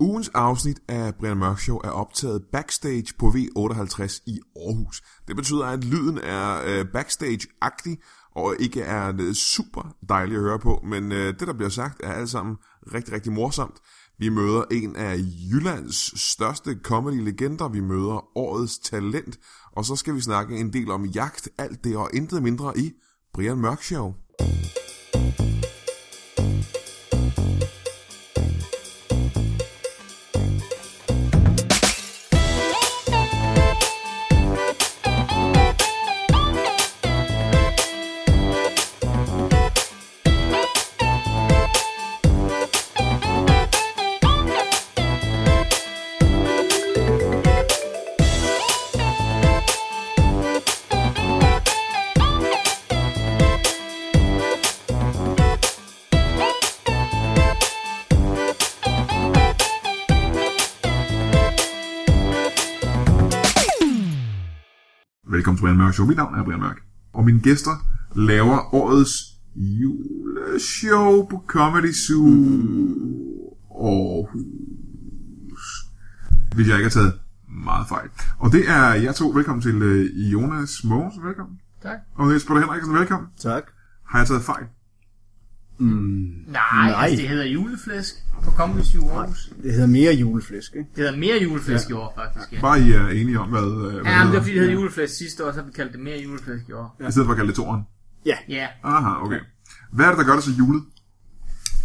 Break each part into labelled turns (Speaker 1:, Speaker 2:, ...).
Speaker 1: Ugens afsnit af Brian Mørk Show er optaget backstage på V58 i Aarhus. Det betyder, at lyden er øh, backstage-agtig og ikke er øh, super dejlig at høre på, men øh, det, der bliver sagt, er alt sammen rigtig, rigtig morsomt. Vi møder en af Jyllands største comedy-legender, vi møder årets talent, og så skal vi snakke en del om jagt, alt det og intet mindre i Brian Mørk Show. Velkommen til Brian Mørk Show. Mit navn er Brian Mørk. Og mine gæster laver årets juleshow på Comedy Zoo Aarhus. Hvis jeg ikke har taget meget fejl. Og det er jeg to. Velkommen til øh, Jonas Mogensen. Velkommen.
Speaker 2: Tak.
Speaker 1: Og Niels Peter Henriksen. Velkommen.
Speaker 3: Tak.
Speaker 1: Har jeg taget fejl?
Speaker 2: Nej,
Speaker 3: Nej.
Speaker 2: Nej. Altså, det hedder juleflæsk på Comedy Zoo Aarhus.
Speaker 3: Det hedder mere juleflæsk, ikke?
Speaker 2: Det hedder mere juleflæsk ja. i år, faktisk. Ja,
Speaker 1: Bare I er enige om, hvad, øh, hvad
Speaker 2: ja men det
Speaker 1: hedder.
Speaker 2: var fordi, det hed juleflæsk sidste år, så har vi kaldt det mere juleflæsk i år.
Speaker 1: I stedet for at kalde det toren.
Speaker 2: Ja,
Speaker 1: Aha, okay. Hvad er det, der gør det så julet?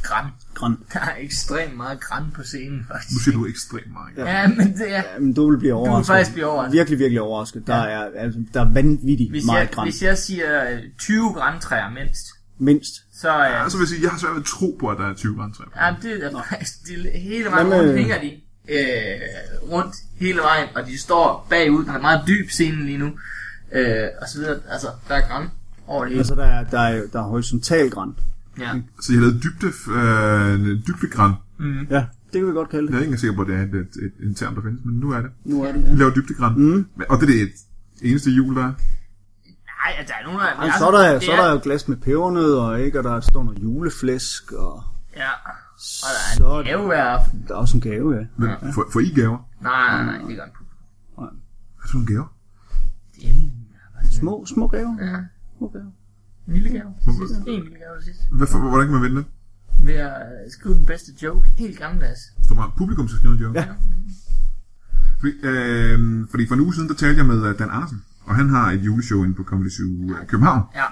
Speaker 2: græn.
Speaker 3: Grøn.
Speaker 2: Der er ekstremt meget græn på scenen,
Speaker 1: Nu
Speaker 2: faktisk.
Speaker 1: siger du ekstremt meget. Ja.
Speaker 2: Ja, men det er...
Speaker 3: Jamen, du vil blive overrasket.
Speaker 2: faktisk blive overrasket.
Speaker 3: Virkelig, virkelig overrasket. Der er, altså, der er vanvittigt
Speaker 2: Hvis
Speaker 3: meget
Speaker 2: jeg,
Speaker 3: græn.
Speaker 2: hvis jeg siger øh, 20 grantræer mindst,
Speaker 3: Mindst.
Speaker 2: så øh,
Speaker 1: Altså vil jeg sige, jeg har svært ved at tro på, at der er 20 grænser.
Speaker 2: ja, det er faktisk det er hele vejen
Speaker 3: Hvad med-
Speaker 2: rundt hænger de øh, rundt hele vejen, og de står bagud. Der er en meget dyb scene lige nu, øh, og så videre. Altså, der er græn over det hele.
Speaker 3: Altså, der er, der er, der er horisontal græn.
Speaker 2: Ja.
Speaker 1: Så jeg lavede dybde, øh, dybdegræn.
Speaker 2: Mm.
Speaker 3: Ja, det kan vi godt kalde
Speaker 1: Jeg
Speaker 3: det.
Speaker 1: er ikke engang sikker på, at det er et, et, et, en term, der findes, men nu er det.
Speaker 3: Nu er det, ja.
Speaker 1: Jeg laver dybdegræn. Mm. Og det er det et, eneste jul, der er.
Speaker 2: Nej, ja, der altså, er nogen, der...
Speaker 3: Jamen, så er der,
Speaker 2: det
Speaker 3: så er der jo glas med pebernød, og ikke, og der står noget juleflæsk, og
Speaker 2: Ja, og der
Speaker 3: så
Speaker 2: er en gave hver aften.
Speaker 3: der er også en gave, ja.
Speaker 1: Men for, for I gaver.
Speaker 2: Nej, nej, nej, det gør en puppe.
Speaker 1: Hvad er sådan nogle gaver?
Speaker 2: Det er en
Speaker 3: Små, små gaver.
Speaker 2: Ja.
Speaker 3: Små gaver.
Speaker 2: en lille gave. Sidst, en lille gave til sidst.
Speaker 1: Hvad, for, hvordan kan man vinde det?
Speaker 2: Ved at øh, skrive den bedste joke. Helt gammeldags.
Speaker 1: Står bare publikum til at skrive en joke.
Speaker 3: Ja.
Speaker 1: Fordi, øh, fordi for en uge siden, der talte jeg med øh, Dan Andersen. Og han har et juleshow inde på Comedy Zoo øh, København.
Speaker 2: Ja.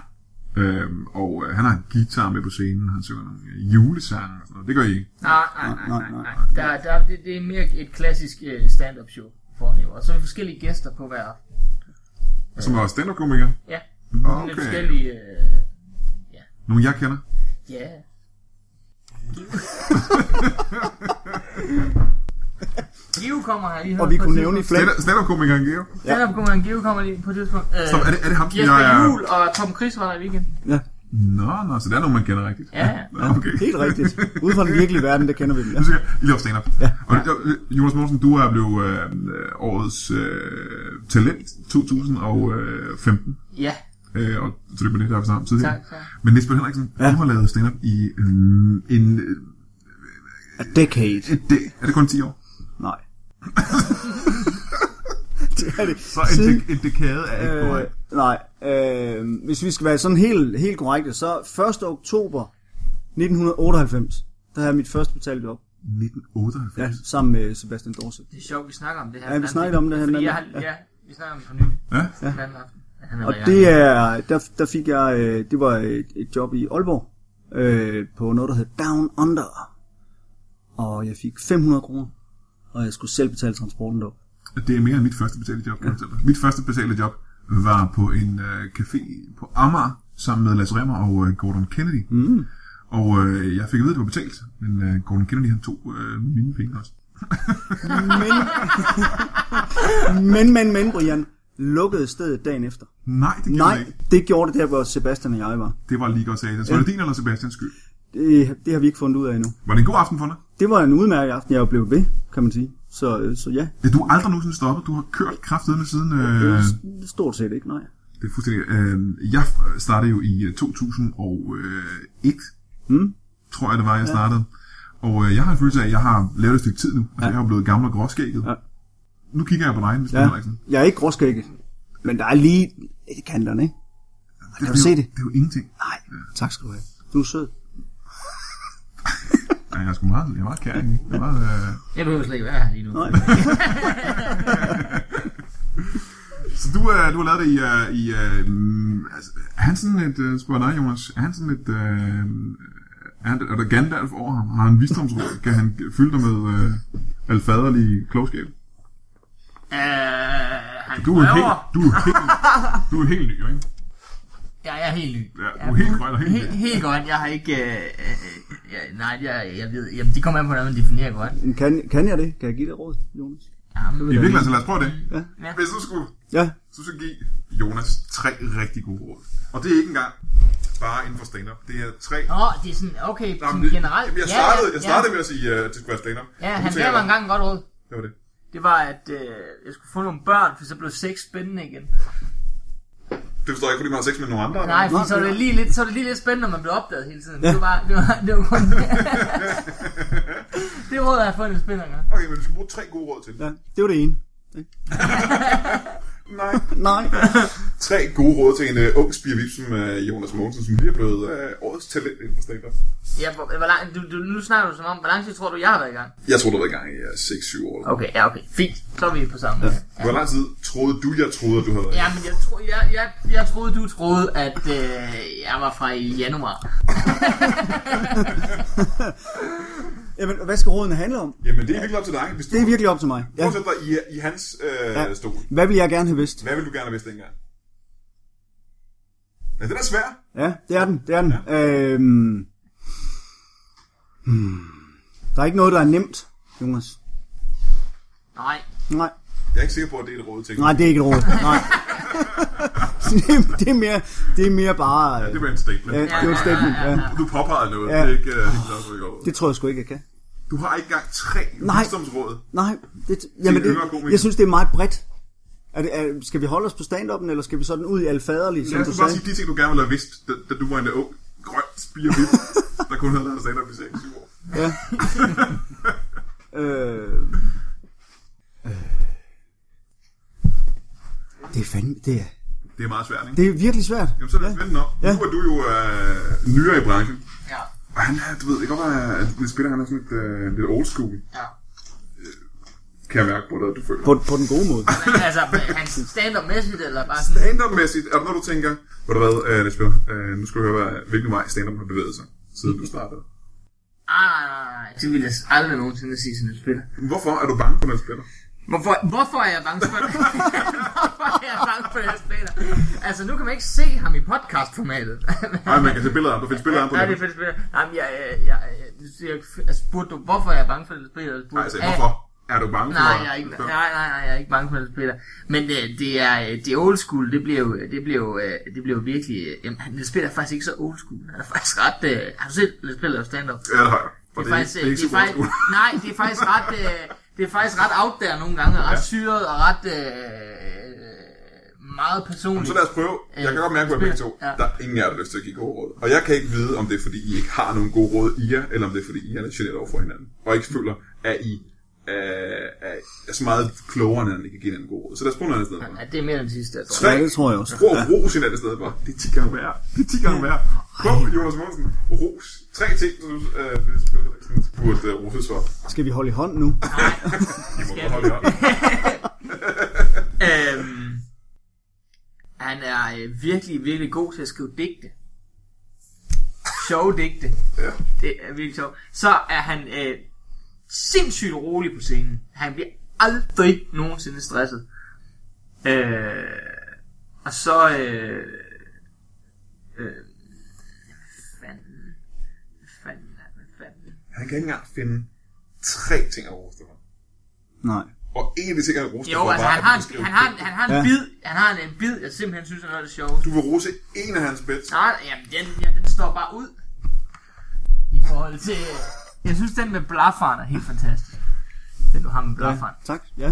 Speaker 1: Øh, og øh, han har en guitar med på scenen. Han synger nogle øh, julesange og sådan noget. Det gør I ikke.
Speaker 2: Nej, nej, nej,
Speaker 3: Nej,
Speaker 2: nej,
Speaker 3: nej,
Speaker 2: nej. Der, der, det, det er mere et klassisk øh, stand-up show for det. Og så er vi forskellige gæster på hver aften.
Speaker 1: Og som er også stand-up-komiker.
Speaker 2: Ja. Lidt
Speaker 1: Okay.
Speaker 2: forskellige... Øh,
Speaker 1: Nogle jeg kender.
Speaker 2: ja. Give kommer her lige
Speaker 3: Og vi kunne nævne i flæk.
Speaker 1: Stand- Stand-up-komikeren Geo.
Speaker 2: Stand-up kommer en give kommer lige på et tidspunkt. Øh,
Speaker 1: Så er det, er det ham, som
Speaker 2: Jesper
Speaker 1: jeg er...
Speaker 2: Juhl og Tom Chris var der i weekenden.
Speaker 3: Ja,
Speaker 1: Nå, nå, så det er nogen, man kender rigtigt.
Speaker 2: Ja, ja.
Speaker 1: Nå, Okay.
Speaker 3: helt rigtigt. Ude fra den virkelige verden, der kender vi dem. Ja.
Speaker 1: Nu skal jeg- I laver stand-up. Ja. Og det- Jonas Mogensen, du er blevet øh, øh, årets øh, talent 2015.
Speaker 2: Ja,
Speaker 1: Øh, og tillykke med det, der har vi sammen tidligere.
Speaker 2: Tak, tak.
Speaker 1: Men Lisbeth Henriksen, ja. du har lavet stand-up i øh, en... Øh,
Speaker 3: A decade.
Speaker 1: et dæ- er det kun 10 år?
Speaker 3: Nej. det er det.
Speaker 1: Så en,
Speaker 3: Siden-
Speaker 1: dæk- en dekade er ikke
Speaker 3: Øh,
Speaker 1: korrekt.
Speaker 3: nej, øh, hvis vi skal være sådan helt, helt korrekte, så 1. oktober 1998, der havde jeg mit første betalt job,
Speaker 1: 1998.
Speaker 3: ja, sammen med Sebastian Dorset.
Speaker 2: det er sjovt, vi snakker om det her.
Speaker 3: Ja, vi snakker om det her den
Speaker 2: Fordi
Speaker 3: anden
Speaker 2: jeg har, ja, vi snakker om det for nylig.
Speaker 1: Ja.
Speaker 2: Den anden aften. Han er
Speaker 3: Og
Speaker 2: rigtig
Speaker 3: det
Speaker 2: gammel.
Speaker 3: er, der, der fik jeg, øh, det var et, et job i Aalborg, øh, på noget, der hed Down Under. Og jeg fik 500 kroner, og jeg skulle selv betale transporten derop.
Speaker 1: Det er mere end mit første betalte job, kan jeg fortælle dig. Mit første betalte job var på en øh, café på Amager, sammen med Lasse Remmer og øh, Gordon Kennedy. Mm. Og øh, jeg fik at vide, at det var betalt, men øh, Gordon Kennedy han tog øh, mine penge også.
Speaker 3: Men, men, men, men, Brian, lukkede stedet dagen efter.
Speaker 1: Nej, det gjorde jeg
Speaker 3: Nej,
Speaker 1: ikke.
Speaker 3: det gjorde det der, hvor Sebastian og jeg var.
Speaker 1: Det var lige godt sagt. Så var det din eller Sebastians skyld?
Speaker 3: Det, det har vi ikke fundet ud af endnu.
Speaker 1: Var det en god aften for dig?
Speaker 3: Det var en udmærket aften, jeg jo blev ved, kan man sige. Så, øh, så ja,
Speaker 1: Ja, du har aldrig nogensinde stoppet. Du har kørt kraftedeme siden... Øh,
Speaker 3: øh. stort set ikke, nej.
Speaker 1: det er fuldstændig... Øh, jeg startede jo i øh, 2001, mm. tror jeg det var, jeg startede. Og øh, jeg har en følelse af, at jeg har lavet et stykke tid nu. Altså, ja.
Speaker 4: Ja.
Speaker 1: jeg er jo blevet gammel og gråskægget. Ja.
Speaker 4: Ja.
Speaker 1: Nu kigger jeg på dig, Mr.
Speaker 4: Ja.
Speaker 1: Henriksen.
Speaker 4: Jeg er ikke gråskægget, men der er lige i kanterne, ikke?
Speaker 1: Det,
Speaker 4: du
Speaker 1: det, er
Speaker 4: se
Speaker 1: jo-
Speaker 4: det?
Speaker 1: Det er jo ingenting.
Speaker 4: Nej, tak skal du have. Du er sød.
Speaker 1: Ja, jeg er sgu meget, jeg er meget kæring. ikke? Jeg er meget, øh...
Speaker 2: Jeg behøver slet ikke være her lige nu.
Speaker 4: Nej.
Speaker 1: Så du, øh, du har lavet det i... Øh, i øh, mm, altså, er han sådan et... Øh, spørger dig, Jonas. Er han sådan et... Øh, er, han, er der Gandalf over ham? Har han visdomsråd? Kan han fylde dig med øh, alfaderlig klogskab?
Speaker 2: Øh, han
Speaker 1: Du er, jo helt,
Speaker 2: prøver.
Speaker 1: du, er jo helt, du er jo helt ny, ikke?
Speaker 2: Ja, jeg er helt ny.
Speaker 1: Ja, du er helt grøn og helt
Speaker 2: helt,
Speaker 1: ny.
Speaker 2: helt grøn. Jeg har ikke... Øh, øh, ja, nej, jeg, jeg ved... Jamen, det kommer an på, hvordan man definerer grøn.
Speaker 4: Men Kan, kan jeg det? Kan jeg give dig råd, Jonas?
Speaker 2: Jamen,
Speaker 1: I virkeligheden, så lad os prøve det.
Speaker 4: Ja.
Speaker 2: Ja.
Speaker 1: Hvis du skulle,
Speaker 4: Ja,
Speaker 1: så skulle give Jonas tre rigtig gode råd. Og det er ikke engang bare inden for stand-up. Det er tre...
Speaker 2: Åh, oh, det er sådan, okay, sådan
Speaker 1: det-
Speaker 2: generelt.
Speaker 1: Jamen, jeg startede,
Speaker 2: ja,
Speaker 1: jeg startede med at sige, øh, at det skulle være stand-up.
Speaker 2: Ja, ja
Speaker 1: Og nu
Speaker 2: han
Speaker 1: tænker
Speaker 2: gav mig
Speaker 1: jeg,
Speaker 2: engang en godt råd.
Speaker 1: Det var det.
Speaker 2: Det var, at øh, jeg skulle få nogle børn, for så blev sex spændende igen.
Speaker 1: Det forstår jeg ikke, fordi man har sex med nogle andre. eller
Speaker 2: Nej, for så er det lige lidt, så er det lige lidt spændende, når man bliver opdaget hele tiden. Ja. Det var bare, det var, det var kun... det råd har jeg fundet en spændende gang.
Speaker 1: Okay, men du skal bruge tre gode råd til.
Speaker 4: ja. Det var det ene.
Speaker 1: Nej.
Speaker 4: Nej.
Speaker 1: Tre gode råd til en uh, ung spirvip som uh, Jonas Mogensen, som lige er blevet uh, årets talent inden for stand
Speaker 2: Ja, hvor, hvor lang, du, du, nu snakker du som om, hvor lang tid tror du, jeg har været i gang?
Speaker 1: Jeg tror, du var i gang i uh, 6-7 år. Okay.
Speaker 2: Okay, ja, okay. Fint. Så er vi på samme. Ja.
Speaker 1: Hvor lang tid troede du, jeg troede, at du havde været i
Speaker 2: Ja, men jeg, tro, jeg, jeg, jeg troede, du troede, at øh, jeg var fra i januar.
Speaker 4: Jamen, hvad skal rådene handle om?
Speaker 1: gang? Jamen, det er virkelig op til dig. Hvis du
Speaker 4: Det er virkelig op til mig. Ja.
Speaker 1: prøver at sætte dig i, i hans uh, ja.
Speaker 4: Ja.
Speaker 1: stol,
Speaker 4: Hvad vil jeg gerne have vidst?
Speaker 1: hvad vil du gerne have vidst dengang? Ja, den er svær.
Speaker 4: Ja, det er den, det er den. Ja. Øhm, hmm. Der er ikke noget, der er nemt, Jonas.
Speaker 2: Nej.
Speaker 4: Nej,
Speaker 1: Jeg er ikke sikker på, at det er et råd til.
Speaker 4: nej, det er ikke et råd. Nej. det, er, det, er mere, det er mere bare... øh, Ja,
Speaker 1: Det var en statement.
Speaker 4: det er jo et statement. Ja.
Speaker 1: Du påpegede noget.
Speaker 4: Ja.
Speaker 1: Det er ikke uh, helt klart, hvor det går.
Speaker 4: Det tror jeg sgu ikke, jeg kan.
Speaker 1: Du har ikke engang tre
Speaker 4: Nej.
Speaker 1: visdomsråd.
Speaker 4: Nej, det, jamen
Speaker 1: yngre komikere.
Speaker 4: det, jeg synes, det er meget bredt. Er det, er, skal vi holde os på stand-up'en, eller skal vi sådan ud i alfaderlig, som
Speaker 1: Lad
Speaker 4: du
Speaker 1: os nu bare
Speaker 4: sagde?
Speaker 1: sige de ting, du gerne ville have vidst, da, da du var en ung, grøn spirvip, der kun havde lavet stand-up i 6-7 år.
Speaker 4: Ja. øh, øh. det er fandme, det er,
Speaker 1: Det er meget svært, ikke?
Speaker 4: det er virkelig svært.
Speaker 1: Jamen, så lad os
Speaker 4: ja.
Speaker 1: vende den om.
Speaker 4: Ja.
Speaker 1: Nu er du jo øh, nyere i branchen.
Speaker 2: Ja.
Speaker 1: Og han er, du ved, det kan godt være, at det spiller, han er sådan lidt, øh, lidt old school,
Speaker 2: Ja.
Speaker 1: kan jeg mærke på dig, du føler.
Speaker 4: På, på den gode måde.
Speaker 2: Men, altså, han stand mæssigt eller bare sådan...
Speaker 1: Stand-up-mæssigt, er der noget, du tænker, hvor du hvad, øh, Niels Peter, øh, nu skal du høre, hvad, hvilken vej stand-up har bevæget sig, siden du startede.
Speaker 2: Ah, nej, nej, nej, det ville jeg aldrig nogensinde sige sådan et spil.
Speaker 1: Hvorfor er du bange for Niels Peter?
Speaker 2: Hvorfor, hvorfor er jeg bange for det? hvorfor er jeg bange for det, jeg spiller? Altså, nu kan man ikke se ham i podcastformatet.
Speaker 1: Nej, man kan se billeder af ham. Du finder billeder af ham på
Speaker 2: Nej, det er
Speaker 1: nettet.
Speaker 2: fedt spiller. Jamen, jeg, jeg, jeg, nu siger jeg, altså, spurgte du, hvorfor er jeg bange for det, spiller?
Speaker 1: Nej, altså, hvorfor er du bange for
Speaker 2: Nej,
Speaker 1: Niels
Speaker 2: jeg er ikke, nej,
Speaker 1: Peter?
Speaker 2: nej, nej, jeg er ikke bange for Niels Peter. Men det, det er øh, det er old school, det bliver jo, det bliver jo, øh, det bliver jo virkelig... øh, Jamen, han- Niels Peter er faktisk ikke så old school. Han er faktisk ret... Øh, har du set Niels Peter lave stand-up?
Speaker 1: Ja, det har jeg. Og det er, ikke- det er ikke
Speaker 2: øh,
Speaker 1: super old
Speaker 2: faktisk,
Speaker 1: school.
Speaker 2: nej, det er faktisk ret, øh, det er faktisk ret out der nogle gange, og ret syret og ret øh, meget personligt.
Speaker 1: Så lad os prøve. Jeg kan godt mærke på jer begge to,
Speaker 2: Øh, Ja.
Speaker 1: der er ingen af jer, der har lyst til at give gode råd. Og jeg kan ikke vide, om det er, fordi I ikke har nogen gode råd i jer, eller om det er, fordi I er lidt generet over for hinanden. Og ikke føler, at I øh, er, er så meget klogere, end at I kan give hinanden gode råd. Så lad os prøve noget andet sted.
Speaker 2: Ja, det er mere den sidste, jeg tror.
Speaker 1: Tre.
Speaker 4: Ja, det tror jeg også.
Speaker 1: Prøv at rose hinanden i stedet for. Det er 10 gange værre. Det er 10 gange værre. Kom, Jonas Mogensen. Ros. Tre ting, som du øh, Niels Peter Frederiksen burde øh, roses for.
Speaker 4: Skal vi holde i hånd nu?
Speaker 1: I må godt holde jer.
Speaker 2: Øhm, han er øh, virkelig, virkelig god til at skrive digte. Sjove digte.
Speaker 1: Ja.
Speaker 2: Det er virkelig sjovt. Så er han øh, sindssygt rolig på scenen. Han bliver aldrig nogensinde stresset. Øh, og så... Øh, øh, hvad fanden, hvad fanden, er- hvad fanden.
Speaker 1: Han kan ikke engang finde tre ting at rose dig for.
Speaker 4: Nej.
Speaker 1: Og en af de ting, han roste dig
Speaker 2: Jo,
Speaker 1: for,
Speaker 2: altså
Speaker 1: var,
Speaker 2: han
Speaker 1: at
Speaker 2: har,
Speaker 1: du skrev
Speaker 2: en, han, har en,
Speaker 1: digte.
Speaker 2: han har en
Speaker 4: Ja.
Speaker 2: bid, han har en, en bid, jeg simpelthen synes, han er det sjovt.
Speaker 1: Du vil rose en af hans bets.
Speaker 2: Nej, jamen den, ja, den står bare ud. I forhold til... Jeg synes, den med blafferen er helt fantastisk. Den du har med
Speaker 4: Ja,
Speaker 2: blafferen.
Speaker 4: tak. Ja.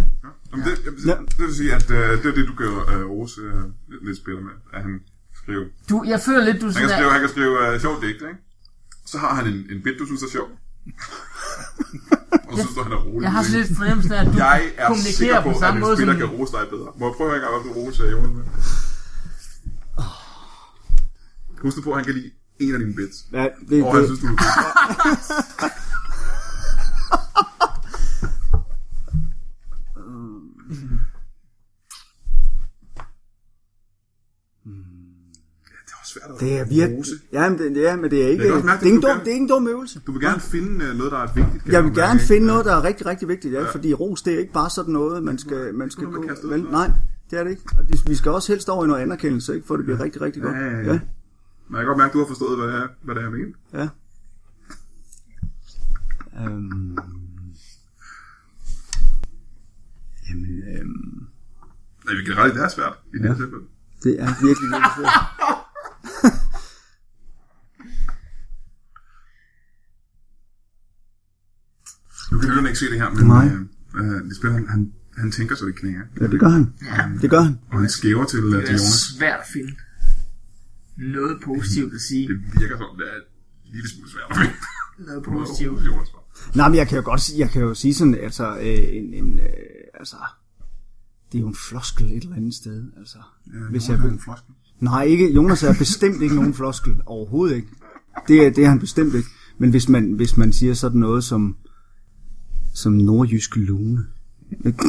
Speaker 1: Jamen, det, det,
Speaker 4: Ja.
Speaker 1: det vil sige, at øh, det er det, du gør øh, Rose øh, lidt spiller med, at han skriver.
Speaker 2: Du, jeg føler lidt, du er
Speaker 1: Han kan
Speaker 2: sådan der-
Speaker 1: skrive, han kan skrive øh, sjov digt, ikke? Så har han en, en bit, du synes er sjov. Og så synes du, han er rolig.
Speaker 2: Jeg har sådan lidt fornemmelsen af, at du
Speaker 1: jeg er sikker
Speaker 2: kommunikerer
Speaker 1: på,
Speaker 2: på
Speaker 1: at
Speaker 2: samme
Speaker 1: en
Speaker 2: måde
Speaker 1: spiller
Speaker 2: som...
Speaker 1: kan rose dig bedre. Må jeg prøve at høre, hvad du roser Jon med? Husk nu på, at han kan lide en af dine bits.
Speaker 3: Ja, det,
Speaker 1: Og han
Speaker 3: det,
Speaker 1: synes, du er god. Ja, det er også svært at
Speaker 3: det er virkelig...
Speaker 1: rose.
Speaker 3: Ja, men det, ja, men det er ikke...
Speaker 1: Jeg kan også mærke,
Speaker 3: det, er ikke
Speaker 1: at du
Speaker 3: dum,
Speaker 1: gerne-
Speaker 3: det er ikke en dum øvelse.
Speaker 1: Du vil gerne finde øh, noget, der er vigtigt. kan
Speaker 3: Jeg vil
Speaker 1: mærke,
Speaker 3: gerne
Speaker 1: ikke?
Speaker 3: finde noget, der er rigtig, rigtig vigtigt, ja, fordi ros, det er ikke bare sådan noget, man skal, man skal
Speaker 1: man
Speaker 3: gå...
Speaker 1: kaste ud
Speaker 3: Vel,
Speaker 1: med.
Speaker 3: nej, det er det ikke. Og det- Vi skal også helst over i noget anerkendelse, ikke, for det bliver rigtig, rigtig godt.
Speaker 1: Ja, ja, ja. Men jeg kan godt mærke, at du har forstået, hvad det er, hvad det er, jeg mener.
Speaker 3: ja. Øhm. Jamen, øhm.
Speaker 1: Nej, vi kan rette, det er svært i det her tilfælde.
Speaker 3: Det er virkelig virkelig svært.
Speaker 1: Nu kan lytterne ikke se det her, men
Speaker 3: Nej.
Speaker 1: øh, øh, det spiller, han, han, han tænker sig det knæer.
Speaker 3: Ja, det gør han. Det gør han.
Speaker 1: Og han skæver til, øh,
Speaker 2: Det
Speaker 1: til
Speaker 2: er
Speaker 1: Jonas.
Speaker 2: svært at finde noget positivt at sige.
Speaker 1: Det virker som, det er en lille smule svært.
Speaker 2: Noget positivt.
Speaker 1: Jonas var.
Speaker 3: Nej, men jeg kan jo godt sige, jeg kan jo sige sådan, altså, øh, en, en, øh, altså, det er jo en floskel et eller andet sted, altså.
Speaker 1: Øh,
Speaker 3: Ja, hvis jeg,
Speaker 1: vil en floskel.
Speaker 3: nej, ikke, Jonas er bestemt ikke nogen floskel, overhovedet ikke. Det er, det er han bestemt ikke. Men hvis man, hvis man siger sådan noget som, som nordjysk lune, ikke?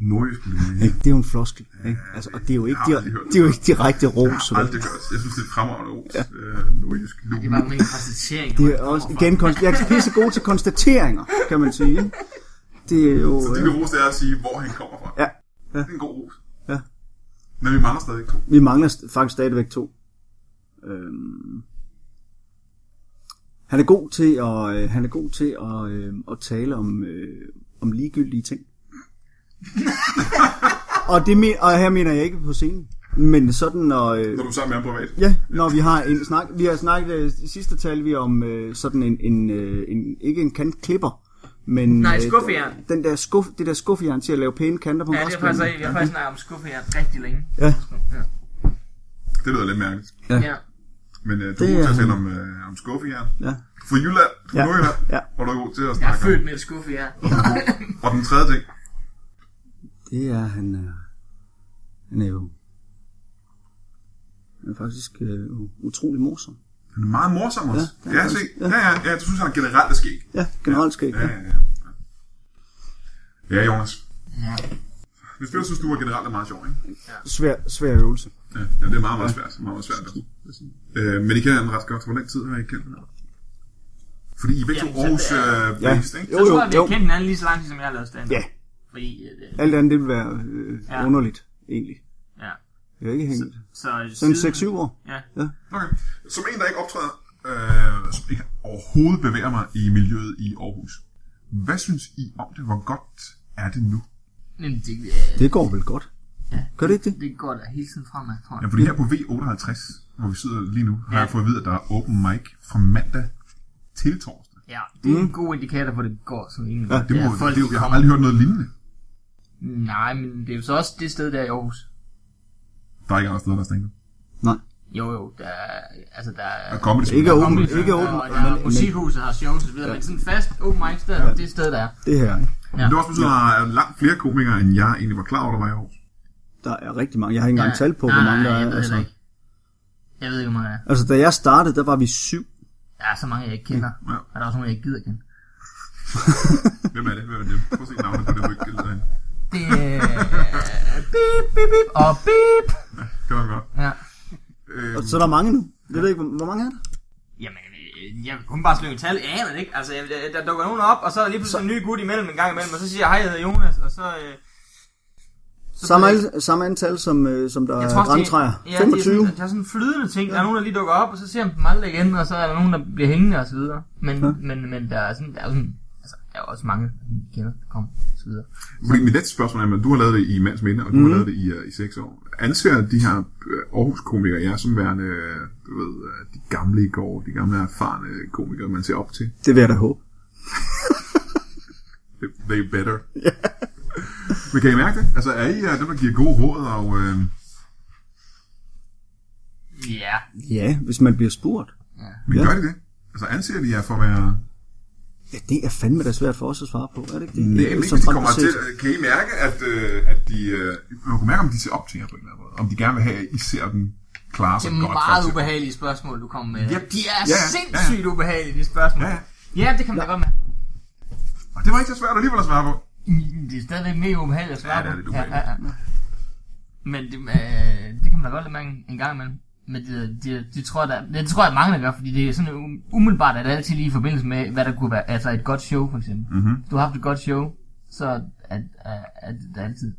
Speaker 1: Nordjysk Lune.
Speaker 3: Ikke? det er jo en floskel, ikke? Altså, og det er jo ikke,
Speaker 1: Jeg har aldrig hørt
Speaker 3: direkte- det er jo ikke direkte ros.
Speaker 1: Jeg har
Speaker 3: vel?
Speaker 1: aldrig hørt. Jeg synes, det er et fremragende ord. Øh, Nordjysk Lune.
Speaker 2: Det var min konstatering.
Speaker 3: Det er også, igen, konst- jeg er pisse god til konstateringer, kan man sige. ikke? Det er jo...
Speaker 1: Så
Speaker 3: øh,
Speaker 1: din ros, det er at sige, hvor han kommer fra.
Speaker 3: Ja.
Speaker 1: Det er en god ros.
Speaker 3: Ja.
Speaker 1: Men vi mangler stadig to.
Speaker 3: Vi mangler st- faktisk stadigvæk to. Øhm, han er god til at øh, han er god til at, øh, at tale om øh, om ligegyldige ting. og det men, og her mener jeg ikke på scenen, men sådan når øh,
Speaker 1: Når du er sammen med ham privat.
Speaker 3: ja, når vi har en snak, vi har snakket øh, sidste tal vi om øh, sådan en en, øh, en ikke en kantklipper, men
Speaker 2: Nej,
Speaker 3: øh,
Speaker 2: skuffejern.
Speaker 3: den der skuff, det der skuffejern til at lave pæne kanter på
Speaker 2: Ja, det er faktisk
Speaker 3: græsplænen.
Speaker 2: rigtigt. Vi har faktisk snakket om skuffe her rigtig længe.
Speaker 3: Ja.
Speaker 2: Ja.
Speaker 1: Det lyder lidt mærkeligt.
Speaker 2: ja.
Speaker 1: Men øh, du
Speaker 3: Det
Speaker 1: er god til at
Speaker 3: er-
Speaker 1: tale om, øh, om skuffejern.
Speaker 3: Ja.
Speaker 1: For Jylland, for
Speaker 3: Ja.
Speaker 1: Nordjylland,
Speaker 3: Ja.
Speaker 1: og du er god til at
Speaker 2: Jeg er
Speaker 1: snakke om.
Speaker 2: født med et skuffe her.
Speaker 1: Og den tredje ting,
Speaker 3: Det er han er... Han er jo... Han er faktisk øh, u- utrolig morsom.
Speaker 1: han er meget morsom også.
Speaker 3: Ja,
Speaker 1: Ja,
Speaker 3: det er
Speaker 1: ja, se.
Speaker 3: han.
Speaker 1: ja, ja, ja, du synes, han generelt er skæg.
Speaker 3: Ja, generelt skæg.
Speaker 1: Ja,
Speaker 3: Ja.
Speaker 1: ja, ja. Ja, Jonas.
Speaker 2: Ja.
Speaker 1: Hvis du synes, du er generelt er meget sjov, ikke?
Speaker 3: Svær, svær øvelse.
Speaker 1: Ja, ja det er meget, meget svært. Meget, meget svært også. Øh, men I kender den ret godt. Hvor lang tid har I kendt den? Fordi I er begge to
Speaker 2: Ja,
Speaker 1: Aarhus
Speaker 2: så det
Speaker 1: øh, based, ikke?
Speaker 2: Så tror jeg, vi har kendt hinanden lige så lang tid, som jeg har lavet stand
Speaker 3: Ja,
Speaker 2: Fordi, øh,
Speaker 3: alt andet det ville være øh,
Speaker 2: Ja.
Speaker 3: ja. underligt, egentlig.
Speaker 2: ja.
Speaker 3: Jeg er ikke hængt.
Speaker 2: Så, øh,
Speaker 3: Sådan
Speaker 2: siden-
Speaker 3: 6-7 år.
Speaker 2: Ja.
Speaker 1: Okay. Som en, der ikke optræder, øh, som ikke overhovedet bevæger mig i miljøet i Aarhus. Hvad synes I om det? Hvor godt er det nu?
Speaker 2: Men det, øh,
Speaker 3: Det går vel godt.
Speaker 2: Ja.
Speaker 3: Gør det ikke det?
Speaker 2: det går da hele tiden fremad, tror
Speaker 1: Ja,
Speaker 2: jeg.
Speaker 1: fordi her på V58, hvor vi sidder lige nu, har
Speaker 2: Ja.
Speaker 1: jeg fået at vide, at der er open mic fra mandag til torsdag.
Speaker 2: Ja, det er
Speaker 3: Mm.
Speaker 2: en god indikator, hvor det går som egentlig. Ja,
Speaker 1: Det må, ja,
Speaker 2: folk,
Speaker 1: det, er jo- jeg har
Speaker 2: kommer-
Speaker 1: aldrig hørt noget lignende.
Speaker 2: Nej, men det er jo så også det sted der i Aarhus.
Speaker 1: Der er ikke andre steder, der er stængt.
Speaker 3: Nej.
Speaker 2: Jo, jo, der er, altså der er...
Speaker 1: Der kommer det
Speaker 3: Ikke
Speaker 1: selvfølgelig.
Speaker 3: åben.
Speaker 2: Comedy
Speaker 3: Ikke
Speaker 2: Center,
Speaker 3: åben.
Speaker 2: og der er
Speaker 3: men-
Speaker 2: musikhuset har shows osv., men sådan fast open mic sted, ja. det sted, der er.
Speaker 3: Det her, ikke?
Speaker 1: Men det har også betydet, at der er langt flere komikere, end jeg egentlig var klar over, der var i Aarhus.
Speaker 3: Der er rigtig mange. Jeg har ikke engang tal på, hvor mange der
Speaker 2: jeg
Speaker 3: er.
Speaker 2: ved
Speaker 3: Altså.
Speaker 2: heller ikke. Jeg ved ikke, hvor mange der er.
Speaker 3: altså, da jeg startede, der var vi syv.
Speaker 2: Der er så mange, jeg ikke kender.
Speaker 3: Mm,
Speaker 1: Ja.
Speaker 2: Og der er også nogle, jeg ikke gider kende.
Speaker 1: Hvem er det? Hvem er det? Prøv at se navnet på det, du ikke gider have.
Speaker 2: Det er... Bip, bip, bip, og bip.
Speaker 1: Kan man godt.
Speaker 2: Ja.
Speaker 1: Øh,
Speaker 3: Så der er mange nu. Jeg ved ikke, hvor, hvor mange er der?
Speaker 2: Jamen, øh, jeg kunne bare slynge tal. Jeg aner det ikke. Altså, jeg- der, der dukker nogen op, og så er der lige pludselig en ny gut imellem en gang imellem, og så siger jeg, hej, jeg hedder Jonas, og så... Øh, så
Speaker 3: Samme,
Speaker 2: ved jeg-
Speaker 3: al- samme antal, som, øh, som der
Speaker 2: Jeg
Speaker 3: er
Speaker 2: tror også, det,
Speaker 3: grantræer.
Speaker 2: ja, Det
Speaker 3: 25.
Speaker 2: er, sådan, det er sådan en flydende ting. Der er nogen, der lige dukker op, og så ser man dem aldrig igen, og så er der nogen, der bliver hængende og så videre. Men, ja. men, men der er sådan, der er sådan, altså, der er jo også mange, vi kender, der kommer og så videre.
Speaker 1: Fordi mit næste spørgsmål er, men du har lavet det i mands minde, og du mm. har
Speaker 3: Mhm.
Speaker 1: lavet det i, uh, i seks år. Anser de her uh, Aarhus-komikere jer som værende, øh, du ved, uh, de gamle i går, de gamle erfarne komikere, man ser op til?
Speaker 3: Det vil jeg da håbe.
Speaker 1: They better. Yeah. men kan I mærke det? Altså er I uh, dem, der giver gode råd, og uh,
Speaker 2: Ja.
Speaker 3: Ja, hvis man bliver spurgt.
Speaker 1: men
Speaker 3: Ja.
Speaker 1: gør de det? Altså anser de jer for at være
Speaker 4: Ja, det er fandme da svært for os at svare på, er det ikke det?
Speaker 1: Nej, men
Speaker 4: Som
Speaker 1: de kommer
Speaker 4: fremtidsserie.
Speaker 1: til, kan I mærke, at, øh, at de... Øh, man kan mærke, om de ser op til jer på en eller anden måde. Om de gerne vil have, at I ser dem klare
Speaker 2: Det
Speaker 1: sig godt.
Speaker 2: er meget
Speaker 1: for eksempel.
Speaker 2: ubehagelige spørgsmål, du kommer med.
Speaker 1: Ja.
Speaker 2: De er
Speaker 1: Ja, ja,
Speaker 2: sindssygt ubehagelige, de spørgsmål.
Speaker 1: Ja, ja.
Speaker 2: Ja, det kan man da godt med.
Speaker 1: Og det var ikke så svært alligevel at svare på.
Speaker 2: Mm, Det er stadigvæk mere ubehageligt at svare
Speaker 1: Ja, det er
Speaker 2: på.
Speaker 1: lidt ubehageligt.
Speaker 2: ja. Men det, øh, det kan man da godt lade mærke en en gang imellem. Men det, det, det, tror jeg, der, det tror jeg mange der gør, fordi det er sådan um- umiddelbart, at det altid lige i forbindelse med, hvad der kunne være, altså et godt show for eksempel.
Speaker 1: Mhm.
Speaker 2: Hvis Du har haft et godt show, så er, er, er, er det altid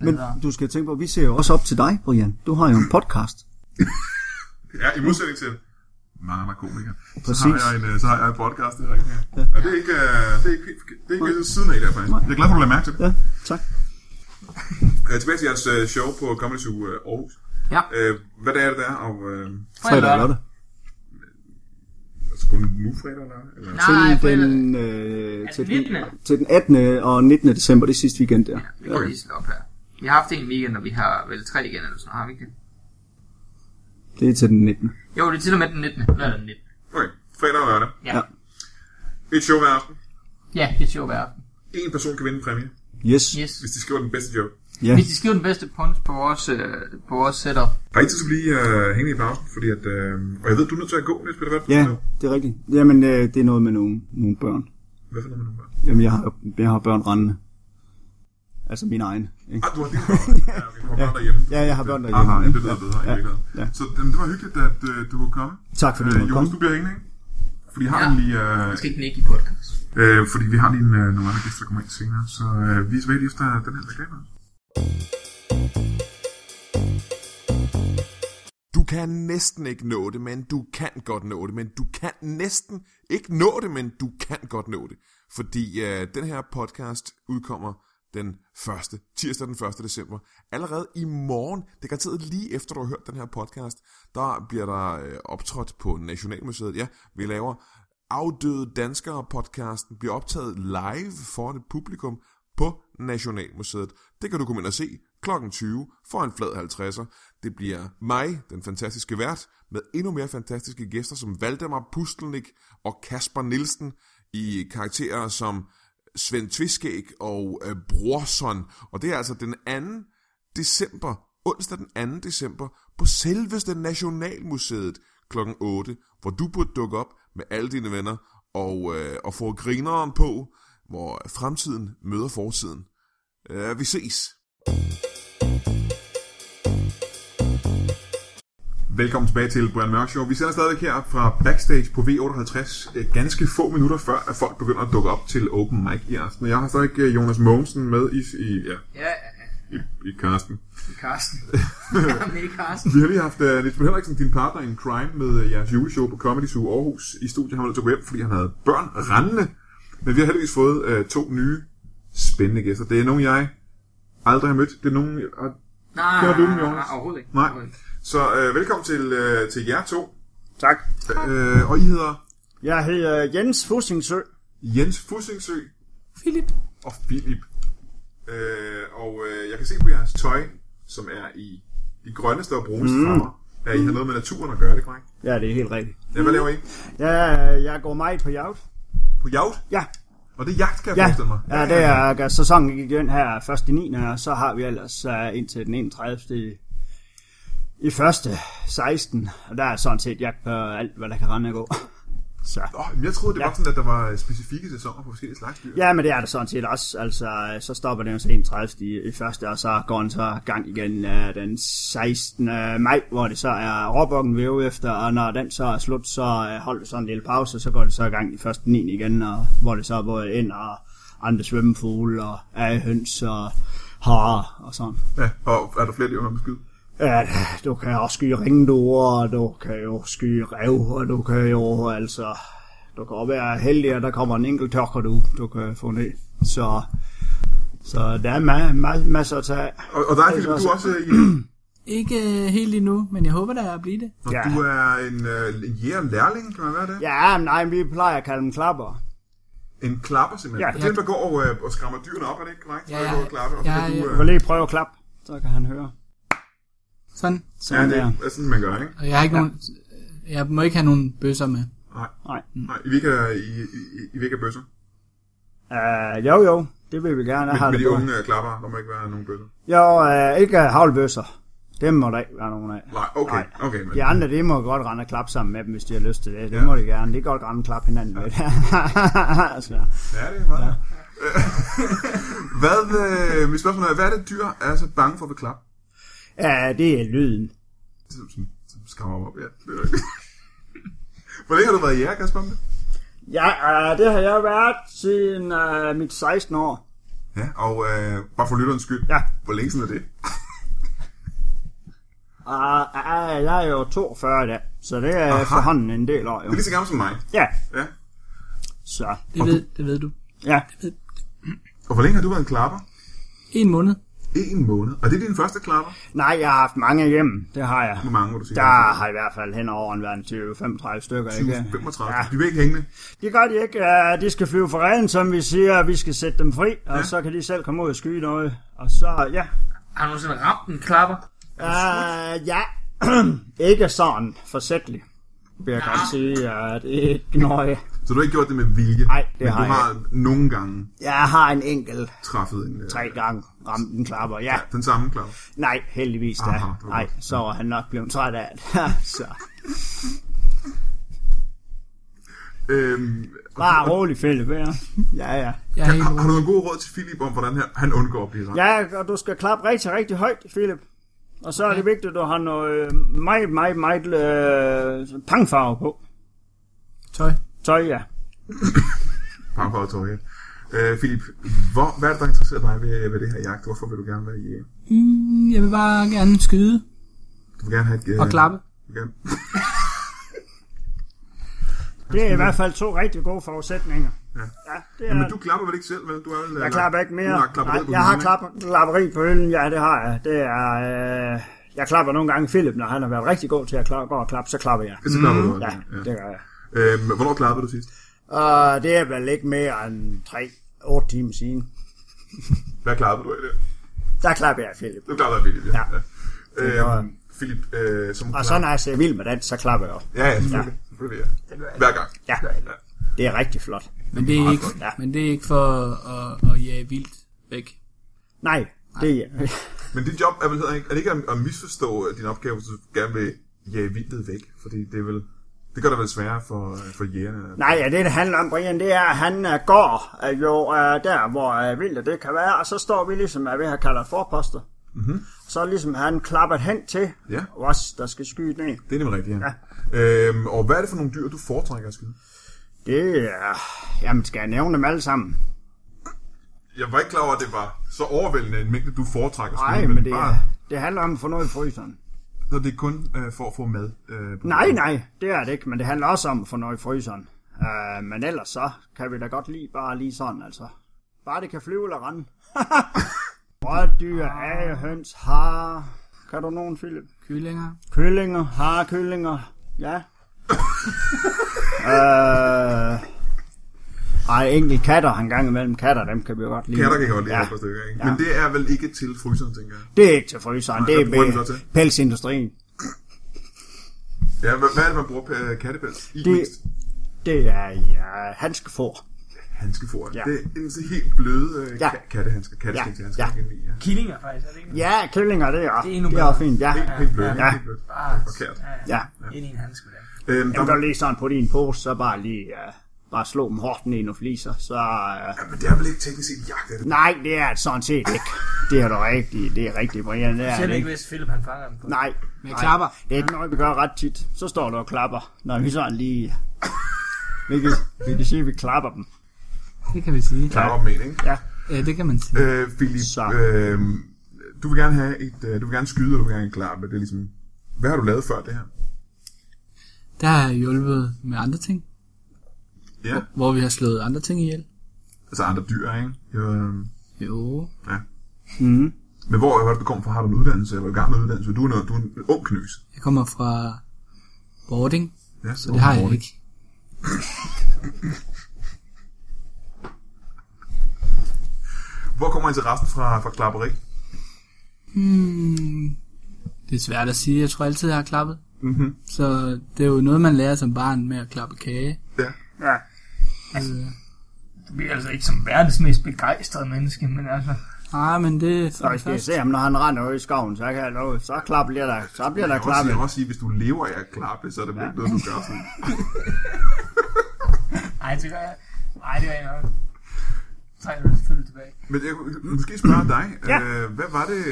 Speaker 4: Men
Speaker 2: bedre.
Speaker 4: du skal tænke på, vi ser jo også op til dig, Brian. Du har jo en podcast.
Speaker 1: Ja, i modsætning til mange andre komikere. Så har
Speaker 4: Præcis.
Speaker 1: jeg en, øh, så har jeg en podcast, det er rigtigt. Ja. Og det er ikke, øh, det er ikke, helt forkert. det er ikke siden af der, faktisk. Jeg er glad for, at du lader mærke til det.
Speaker 4: Ja, tak.
Speaker 1: Øh, tilbage til jeres øh, show på Comedy Zoo øh, Aarhus.
Speaker 2: Ja.
Speaker 1: Øh, hvad dag er det der? Og, øh,
Speaker 4: Fredag og lørdag.
Speaker 2: Ah,
Speaker 1: altså kun nu fredag eller? eller?
Speaker 2: Nej,
Speaker 4: Til
Speaker 2: fredag.
Speaker 4: den, øh,
Speaker 2: Altså
Speaker 4: til, den,
Speaker 2: 19..
Speaker 4: til den 18. og 19. december, det er sidste weekend der.
Speaker 2: Vi kan lige slå op her. Vi har haft en weekend, og vi har vel tre igen, eller sådan noget, har vi ikke det?
Speaker 4: Det er til den 19.
Speaker 2: Jo, det er til og med den 19. Lørdag den 19.
Speaker 1: Okay, fredag og lørdag.
Speaker 2: Ja.
Speaker 4: Ja.
Speaker 1: Et show hver aften.
Speaker 2: Ja, det er sjovt hver aften.
Speaker 1: En person kan vinde en præmie,
Speaker 4: Yes.
Speaker 2: Yes.
Speaker 1: hvis de skriver den bedste joke.
Speaker 4: Ja.
Speaker 2: Hvis de skriver den bedste punch på vores, øh, på vores setup,
Speaker 1: Der er ikke tid til at blive øh, hængende i pausen, fordi at... Øh, og jeg ved, du er nødt til at gå, Niels Peter. Hvad
Speaker 4: Ja, det er rigtigt. Jamen, øh, det er noget med nogle, nogle børn.
Speaker 1: Hvad for noget med nummer?
Speaker 4: Jamen, jeg har, jeg har børn rendende. Altså mine egne. Ikke?
Speaker 1: Ah, du har dine børn. Ja, okay, du har børn derhjemme.
Speaker 4: Ja, jeg har børn derhjemme.
Speaker 1: Aha, jamen, det lyder bedre i
Speaker 4: Ja,
Speaker 1: virkeligheden.
Speaker 4: ja.
Speaker 1: Så jamen, det var hyggeligt, at øh, du kunne komme.
Speaker 4: Tak fordi du
Speaker 1: øh,
Speaker 4: måtte
Speaker 1: Jonas,
Speaker 4: komme.
Speaker 1: du bliver hængende, ikke? Fordi, har
Speaker 2: Ja.
Speaker 1: ja. lige, øh,
Speaker 2: skal ikke ikke i podcast.
Speaker 1: øh, fordi vi har lige en, øh, nogle andre gæster, der kommer ind senere. Så øh, vi er tilbage lige efter den her reklame. Du kan næsten ikke nå det, men du kan godt nå det, men du kan næsten ikke nå det, men du kan godt nå det. Fordi øh, den her podcast udkommer den første, tirsdag den 1. december. Allerede i morgen, det er garanteret lige efter du har hørt den her podcast, der bliver der øh, optrådt på Nationalmuseet. Ja, vi laver afdøde danskere podcasten, bliver optaget live foran et publikum på Nationalmuseet. Det kan du komme ind og se kl. 20 for en flad 50'er. Det bliver mig, den fantastiske vært, med endnu mere fantastiske gæster som Valdemar Pustelnik og Kasper Nielsen i karakterer som Svend Tviskæg og øh, Brorson. Og det er altså den 2. december, onsdag den 2. december, på selveste Nationalmuseet kl. 8, hvor du burde dukke op med alle dine venner og, øh, og få grineren på, hvor fremtiden møder fortiden. Øh, vi ses! Velkommen tilbage til Brian Mørk Show. Vi sender stadigvæk her fra backstage på V58, øh, ganske få minutter før, at folk begynder at dukke op til open mic i aften. Og Jeg har stadig øh, Jonas Mogensen med i, i, ja,
Speaker 2: Ja, ja, ja.
Speaker 1: i, i casten.
Speaker 2: Karsten. Med Karsten.
Speaker 1: Vi har lige haft uh, Niels Bøh Henriksen, din partner in crime, med uh, jeres juleshow på Comedy Zoo Aarhus i studiet. Han var nødt til at gå hjem, fordi han havde børn rendende. Men vi har heldigvis fået uh, to nye spændende gæster. Det er nogen, jeg aldrig har mødt. Det er nogen... Uh,
Speaker 2: Nej,
Speaker 1: Det har du, Jonas.
Speaker 2: overhovedet ikke.
Speaker 1: nej.
Speaker 2: Overhovedet ikke.
Speaker 1: Så uh, velkommen til, uh, til jer to.
Speaker 4: Tak.
Speaker 1: Uh, og I hedder
Speaker 4: Jeg hedder Jens Fussingsø.
Speaker 1: Jens Fussingsø
Speaker 2: Philip.
Speaker 1: og Philip. Uh, og uh, jeg kan se på jeres tøj, som er i de grønneste og bruneste mm. farver, at I har noget med naturen at gøre, det er korrekt?
Speaker 4: Ja, det er helt rigtigt.
Speaker 1: Ja, hvad laver I?
Speaker 3: Ja, jeg går meget på jagt.
Speaker 1: På jagt?
Speaker 3: Ja.
Speaker 1: Og det er jagt, kan jeg
Speaker 3: Ja,
Speaker 1: forestille mig.
Speaker 3: ja det er altså, sæsonen gik ind her 1. 9. og så har vi ellers uh, indtil den 31. i- i første 16. Og der er sådan set jagt på alt, hvad der kan rende og gå. Så.
Speaker 1: Åh, men jeg troede, det ja.
Speaker 3: Ja.
Speaker 1: var sådan, at der var specifikke sæsoner for forskellige slags dyr.
Speaker 3: Ja, men det er der sådan set også. Altså, så stopper den jo så 31. i, i første, og så går den så gang igen øh, den 16. maj, hvor det så er råbukken væve efter, og når den så er slut, så øh, holder det så en lille pause, og så går det så i gang i første 9. igen, og, hvor det så er både ind og andre svømmefugle, og ærehøns, og harer, og sådan.
Speaker 1: ja. Og er der flere dyr, man må skyde?
Speaker 3: Ja, du kan også skyde ringduer, og du kan jo skyde rev, og du kan jo altså... Du kan også være heldig, at der kommer en enkelt tørker, du, du kan få ned. Så, så der er ma- ma- masser at tage af.
Speaker 1: Og, og der er, Philip, du er også i...
Speaker 5: Ikke øh, helt endnu, men jeg håber da at blive det.
Speaker 1: Når
Speaker 3: Ja.
Speaker 1: du er en øh, jægerlærling, kan man være det?
Speaker 3: Ja, men nej, vi plejer at kalde dem klapper.
Speaker 1: En klapper simpelthen.
Speaker 3: Ja.
Speaker 1: Ja, det er den, der går og, øh, og skræmmer dyrene op, er det ikke korrekt?
Speaker 5: Ja,
Speaker 1: Der
Speaker 5: ja.
Speaker 1: går og klapper, og så
Speaker 5: Ja,
Speaker 1: kan du... øh,
Speaker 5: ja.
Speaker 3: Du kan lige prøve at klappe, så kan han høre.
Speaker 5: Sådan.
Speaker 1: ja,
Speaker 3: Sådan
Speaker 1: det
Speaker 3: der.
Speaker 1: er sådan, man gør, ikke?
Speaker 5: Og jeg har ikke ja. nogen... Jeg må ikke have nogen bøsser med.
Speaker 1: Nej.
Speaker 3: Nej.
Speaker 1: Nej, I vil ikke have, I, I, I vil ikke have bøsser.
Speaker 3: Uh, jo, jo, det vil vi gerne. Jeg
Speaker 1: Men,
Speaker 3: har
Speaker 1: med
Speaker 3: det
Speaker 1: de
Speaker 3: på.
Speaker 1: unge øh, klapper, der må ikke være nogen bøsser.
Speaker 3: Jo, øh, ikke øh, havlbøsser. Dem må der ikke være nogen af.
Speaker 1: Nej, okay,
Speaker 3: Nej.
Speaker 1: okay. Men,
Speaker 3: De andre, de må godt rende og klappe sammen med dem, hvis de har lyst til det. Det
Speaker 1: Ja.
Speaker 3: ja. må de gerne. De kan godt rende og klappe hinanden med. så.
Speaker 1: Ja, det er meget. Ja. hvad, øh, mit spørgsmål er, hvad er det dyr er så bange for ved klap?
Speaker 3: Ja, det er lyden.
Speaker 1: Som, som, som skræmmer op, ja. Det er rigtigt. Hvor længe har du været i jer, Kasper? om det?
Speaker 3: Ja, øh, det har jeg været siden øh, mit 16 år.
Speaker 1: Ja, og øh, bare for lytterens skyld.
Speaker 3: Ja.
Speaker 1: Hvor længe siden er det?
Speaker 3: Og øh, jeg er jo 42 i dag, så det er
Speaker 1: Aha.
Speaker 3: efterhånden en del år. Jo.
Speaker 1: Det er lige så gammel som mig.
Speaker 3: Ja,
Speaker 1: Ja.
Speaker 3: så.
Speaker 5: Det ved, det ved du.
Speaker 3: Ja,
Speaker 1: Og hvor længe har du været en klapper?
Speaker 5: En måned.
Speaker 1: En måned. Og det er din første klapper?
Speaker 3: nej, jeg har haft mange hjemme. Det har jeg.
Speaker 1: Hvor mange må du sige?
Speaker 3: Der har i hvert fald hen over en verden 20-35 stykker, ikke?
Speaker 1: 35. Ja.
Speaker 3: Ja.
Speaker 1: De vil ikke hængende.
Speaker 3: Det gør de ikke. Øh, De skal flyve for reden, som vi siger, og vi skal sætte dem fri, og
Speaker 1: Ja.
Speaker 3: ja. så kan de selv komme ud og skyde noget. Og så, ja.
Speaker 2: Har du nogensinde ramt en klapper?
Speaker 3: Uh, ja, ikke sådan forsætligt, vil jeg
Speaker 1: Ah.
Speaker 3: godt sige. Uh, det er ikke nøje.
Speaker 1: Så du har ikke gjort det med vilje?
Speaker 3: Nej, det
Speaker 1: men
Speaker 3: har
Speaker 1: du
Speaker 3: jeg
Speaker 1: har nogle gange
Speaker 3: Jeg har en enkelt
Speaker 1: træffet en... øh,
Speaker 3: tre gange ramt en klapper. Ja,
Speaker 1: Den samme klapper.
Speaker 3: nej, heldigvis da.
Speaker 1: Aha, det var
Speaker 3: Nej,
Speaker 1: godt.
Speaker 3: så var han nok blevet træt af det. så
Speaker 1: Øhm, og,
Speaker 3: bare rolig, Philip. Ja, ja. ja.
Speaker 5: Jeg er helt
Speaker 1: har, har,
Speaker 5: rolig.
Speaker 1: du en god råd til Philip om, hvordan her, han undgår at blive ramt?
Speaker 3: Ja, og du skal klappe rigtig, rigtig højt, Philip. Og så er det vigtigt, at du har noget øh, meget, meget, meget øh, pangfarve på.
Speaker 5: Tøj.
Speaker 3: Tøj, ja.
Speaker 1: Bare på tøj. Øh, Philip, hvor, hvad er det, der interesserer dig ved, ved det her jagt? Hvorfor vil du gerne være i øh,
Speaker 5: Mm, jeg vil bare gerne skyde
Speaker 1: Du vil gerne have et... Øh,
Speaker 5: og klappe.
Speaker 1: du vil gerne-
Speaker 3: Det er i hvert fald to rigtig gode forudsætninger.
Speaker 1: Ja.
Speaker 3: ja det er,
Speaker 1: Jamen, du klapper vel ikke selv, vel? Du er vel, øh,
Speaker 3: jeg klapper ikke mere.
Speaker 1: Du har klappet
Speaker 3: Nej, jeg har klapper, klapperi på hylden, ja, det har jeg. Det er, øh, jeg klapper nogle gange Philip, når han har været rigtig god til at klappe, gå og klappe, så klapper jeg.
Speaker 1: Så klapper du.
Speaker 3: Ja,
Speaker 1: Ja. ja.
Speaker 3: det gør jeg.
Speaker 1: Øhm, hvornår klappede du sidst?
Speaker 3: Og det er vel ikke mere end 3-8 timer siden.
Speaker 1: Hvad klappede du af det?
Speaker 3: Der klapper jeg Philip.
Speaker 1: Du klappede af Philip, ja.
Speaker 3: Ja.
Speaker 1: ja. Øhm, Philip, øh, som
Speaker 3: Og så når jeg ser vild med den, så klapper jeg.
Speaker 1: Ja, ja, selvfølgelig. selvfølgelig ja. Hver gang.
Speaker 3: Ja, det er rigtig flot.
Speaker 5: Men det er
Speaker 1: meget
Speaker 5: ikke,
Speaker 1: godt.
Speaker 5: ja. men det er ikke for at, at jage vildt væk.
Speaker 3: Nej, det er...
Speaker 1: Men dit job er vel heller ikke, er det ikke at, at misforstå øh, din opgave, hvis du gerne vil jage vildt væk? Fordi det er vel, det gør det vel sværere for, øh, for jægerne.
Speaker 3: Nej, ja, det, det handler om, Brian, det er, at han øh, går øh, jo øh, der, hvor øh, vildt det kan være, og så står vi ligesom, at vi har kaldet forposter. Mm-hmm. Så er ligesom han klappet hen til
Speaker 1: Mhm. Ja.
Speaker 3: os, der skal skyde ned.
Speaker 1: Det er nemlig rigtigt, ja. ja. Øhm, og hvad er det for nogle dyr, du foretrækker at skyde?
Speaker 3: Det er... Jamen, skal jeg nævne dem alle sammen?
Speaker 1: Jeg var ikke klar over, at det var så overvældende en mængde, du foretrækker at skyde.
Speaker 3: Nej, men det,
Speaker 1: bare,
Speaker 3: er, det handler om at få noget i fryseren.
Speaker 1: Så det er kun øh, for at få mad? Øh, på
Speaker 3: Nej,
Speaker 1: bordet.
Speaker 3: nej, det er det ikke, men det handler også om at få noget i fryseren. Uh, men ellers så kan vi da godt lide bare lige sådan, altså. Bare det kan flyve eller rende. Rådyr,
Speaker 1: Ah.
Speaker 3: age, høns, har. Kan du nogen, Philip?
Speaker 5: Kyllinger.
Speaker 3: Kyllinger, har kyllinger, ja. øh, ej, enkelt katter, en gang imellem katter, dem kan vi jo godt lide.
Speaker 1: Katter kan godt lide
Speaker 3: ja.
Speaker 1: ja. et stykker, ikke? Men det er vel ikke til fryseren, tænker jeg.
Speaker 3: Det er ikke til fryseren,
Speaker 1: Nej,
Speaker 3: det
Speaker 1: hvad bruger de
Speaker 3: er
Speaker 1: så
Speaker 3: ved
Speaker 1: til?
Speaker 3: pelsindustrien.
Speaker 1: Ja, hvad, hvad er det, man bruger øh, kattepels i
Speaker 3: Det-
Speaker 1: mest?
Speaker 3: Det er ja, handskefor.
Speaker 1: handskefor. Ja.
Speaker 3: Ja.
Speaker 1: Det er en så helt bløde øh,
Speaker 3: Ja.
Speaker 1: ja. kattehandsker, kattestingshandsker.
Speaker 3: Ja.
Speaker 1: Ja. Ja.
Speaker 2: Killinger faktisk, er det ikke?
Speaker 3: Ja, kyllinger, det er,
Speaker 2: Det er endnu
Speaker 3: det er
Speaker 2: bedre.
Speaker 3: også fint, ja.
Speaker 1: Helt, helt bløde.
Speaker 3: Ja.
Speaker 1: Helt bløde.
Speaker 2: Bare
Speaker 1: Forkert.
Speaker 2: ja, ja.
Speaker 3: ja.
Speaker 2: ind i en handske med dem.
Speaker 1: Øhm, der,
Speaker 3: Dem, der lige sådan på din pose, så bare lige uh, bare slå dem hårdt ned i nogle fliser. Så, uh,
Speaker 1: ja, men det er vel ikke teknisk set jagt, er det?
Speaker 3: nej, det er det sådan set ikke. Det er du rigtigt, det er rigtigt, Brian. Det er
Speaker 2: Selv
Speaker 3: det
Speaker 2: ikke,
Speaker 3: ikke.
Speaker 2: hvis Philip han fanger dem på.
Speaker 3: Nej,
Speaker 5: Men jeg klapper.
Speaker 3: det er ikke noget, vi gør ret tit. Så står du og klapper, når vi sådan lige... Vi kan, vi kan sige, at vi klapper dem.
Speaker 5: Det kan vi sige.
Speaker 1: Klar op med en, ikke?
Speaker 3: Ja.
Speaker 5: Ja, det kan man sige.
Speaker 1: Øh, Philip,
Speaker 3: Så.
Speaker 1: øh, du vil gerne have et, øh, du vil gerne skyde, og du vil gerne klappe. Det er ligesom, hvad har du lavet før det her?
Speaker 5: Der har jeg hjulpet med andre ting,
Speaker 1: Ja.
Speaker 5: hvor vi har slået andre ting ihjel.
Speaker 1: Altså andre dyr, ikke? Jo, øh,
Speaker 5: Jo,
Speaker 3: Mm.
Speaker 5: Mhm.
Speaker 1: men hvor er det, du kommer fra? Har du en uddannelse? Eller er du i gang med en uddannelse? Du er, noget, du er en ung knys.
Speaker 5: jeg kommer fra boarding,
Speaker 1: Ja,
Speaker 5: så det har jeg ikke.
Speaker 1: Hvor kommer interessen fra, fra klapperi?
Speaker 5: Hmm, det er svært at sige. Jeg tror altid, jeg har klappet.
Speaker 3: Mm-hmm.
Speaker 5: Så det er jo noget, man lærer som barn med at klappe kage.
Speaker 1: Ja.
Speaker 3: Ja.
Speaker 5: Altså,
Speaker 2: Du bliver altså ikke som verdens mest begejstrede menneske, men altså...
Speaker 5: ah, men det er for
Speaker 3: Så
Speaker 5: det
Speaker 3: skal jeg
Speaker 5: første.
Speaker 3: se ham, når han render ud i skoven, så kan jeg love, så klap bliver der, så bliver der
Speaker 1: Jeg kan også,
Speaker 3: klappet.
Speaker 1: jeg kan også sige, hvis du lever af at klappe, så er det vel ikke noget, du gør sådan.
Speaker 2: Nej, det gør jeg. Nej, det gør jeg nok. Så tager jeg det selvfølgelig tilbage.
Speaker 1: Men jeg kunne måske spørge dig, ja. øh, hvad var det,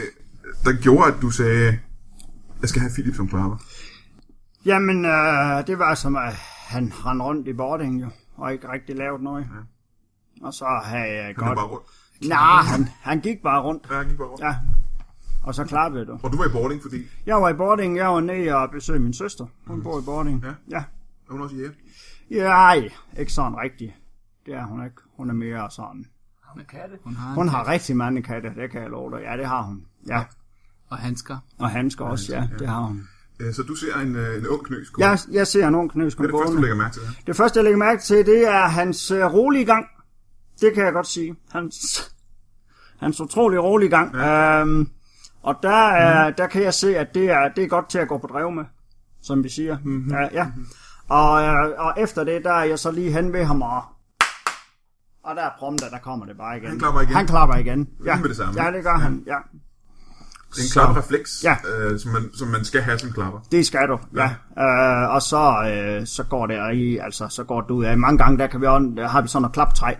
Speaker 1: der gjorde, at du sagde, jeg skal have Philip som klapper?
Speaker 3: Jamen, øh, det var som, at han rendte rundt i boarding jo, og ikke rigtig lavet noget. Og så havde jeg
Speaker 1: Han er
Speaker 3: godt...
Speaker 1: bare rundt.
Speaker 3: Nej, han, han gik bare rundt.
Speaker 1: Ja, han gik bare rundt.
Speaker 3: Ja. Og så klappede du.
Speaker 1: Og du var i boarding, fordi...
Speaker 3: Jeg var i boarding, jeg var nede og besøgte min søster. Hun bor i boarding.
Speaker 1: Ja.
Speaker 3: Ja.
Speaker 1: Er hun også hjemme?
Speaker 3: Ja, ej, ikke sådan rigtigt. Det er hun ikke. Hun er mere sådan.
Speaker 2: Har man katte?
Speaker 5: Hun har
Speaker 3: Hun
Speaker 5: en,
Speaker 3: har rigtig mange katte, det kan jeg love dig. Ja, det har hun. Ja.
Speaker 5: og handsker.
Speaker 3: Og handsker også, ja, det har hun.
Speaker 1: Øh, Så du ser en, øh, en ung knøs gå.
Speaker 3: Jeg, jeg ser en ung knøs
Speaker 1: Hvad er
Speaker 3: komme
Speaker 1: det første, du
Speaker 3: gående.
Speaker 1: lægger mærke til? her?
Speaker 3: Det første, jeg lægger mærke til, det er hans øh, rolige gang. Det kan jeg godt sige. Hans, hans utrolig rolige gang. Ja. Øhm, og der,
Speaker 1: Mhm.
Speaker 3: øh, der kan jeg se, at det er, det er godt til at gå på drev med, som vi siger.
Speaker 1: Mhm.
Speaker 3: Mm-hmm. Ja, ja. Og, øh, og efter det, der er jeg så lige hen ved ham og... Og der er prompter, der kommer det bare igen.
Speaker 1: Han klapper igen.
Speaker 3: Han klapper igen. Ja,
Speaker 1: Lige med det samme.
Speaker 3: ja det gør ja. han. Ja.
Speaker 1: Det er en klapperefleks,
Speaker 3: Ja.
Speaker 1: øh, som, man, som man skal have som klapper.
Speaker 3: Det skal du, ja. ja. Øh, og så, øh, så går det i, altså, så går det ud af. Mange gange, der, kan vi, også- der har vi sådan noget klaptræ,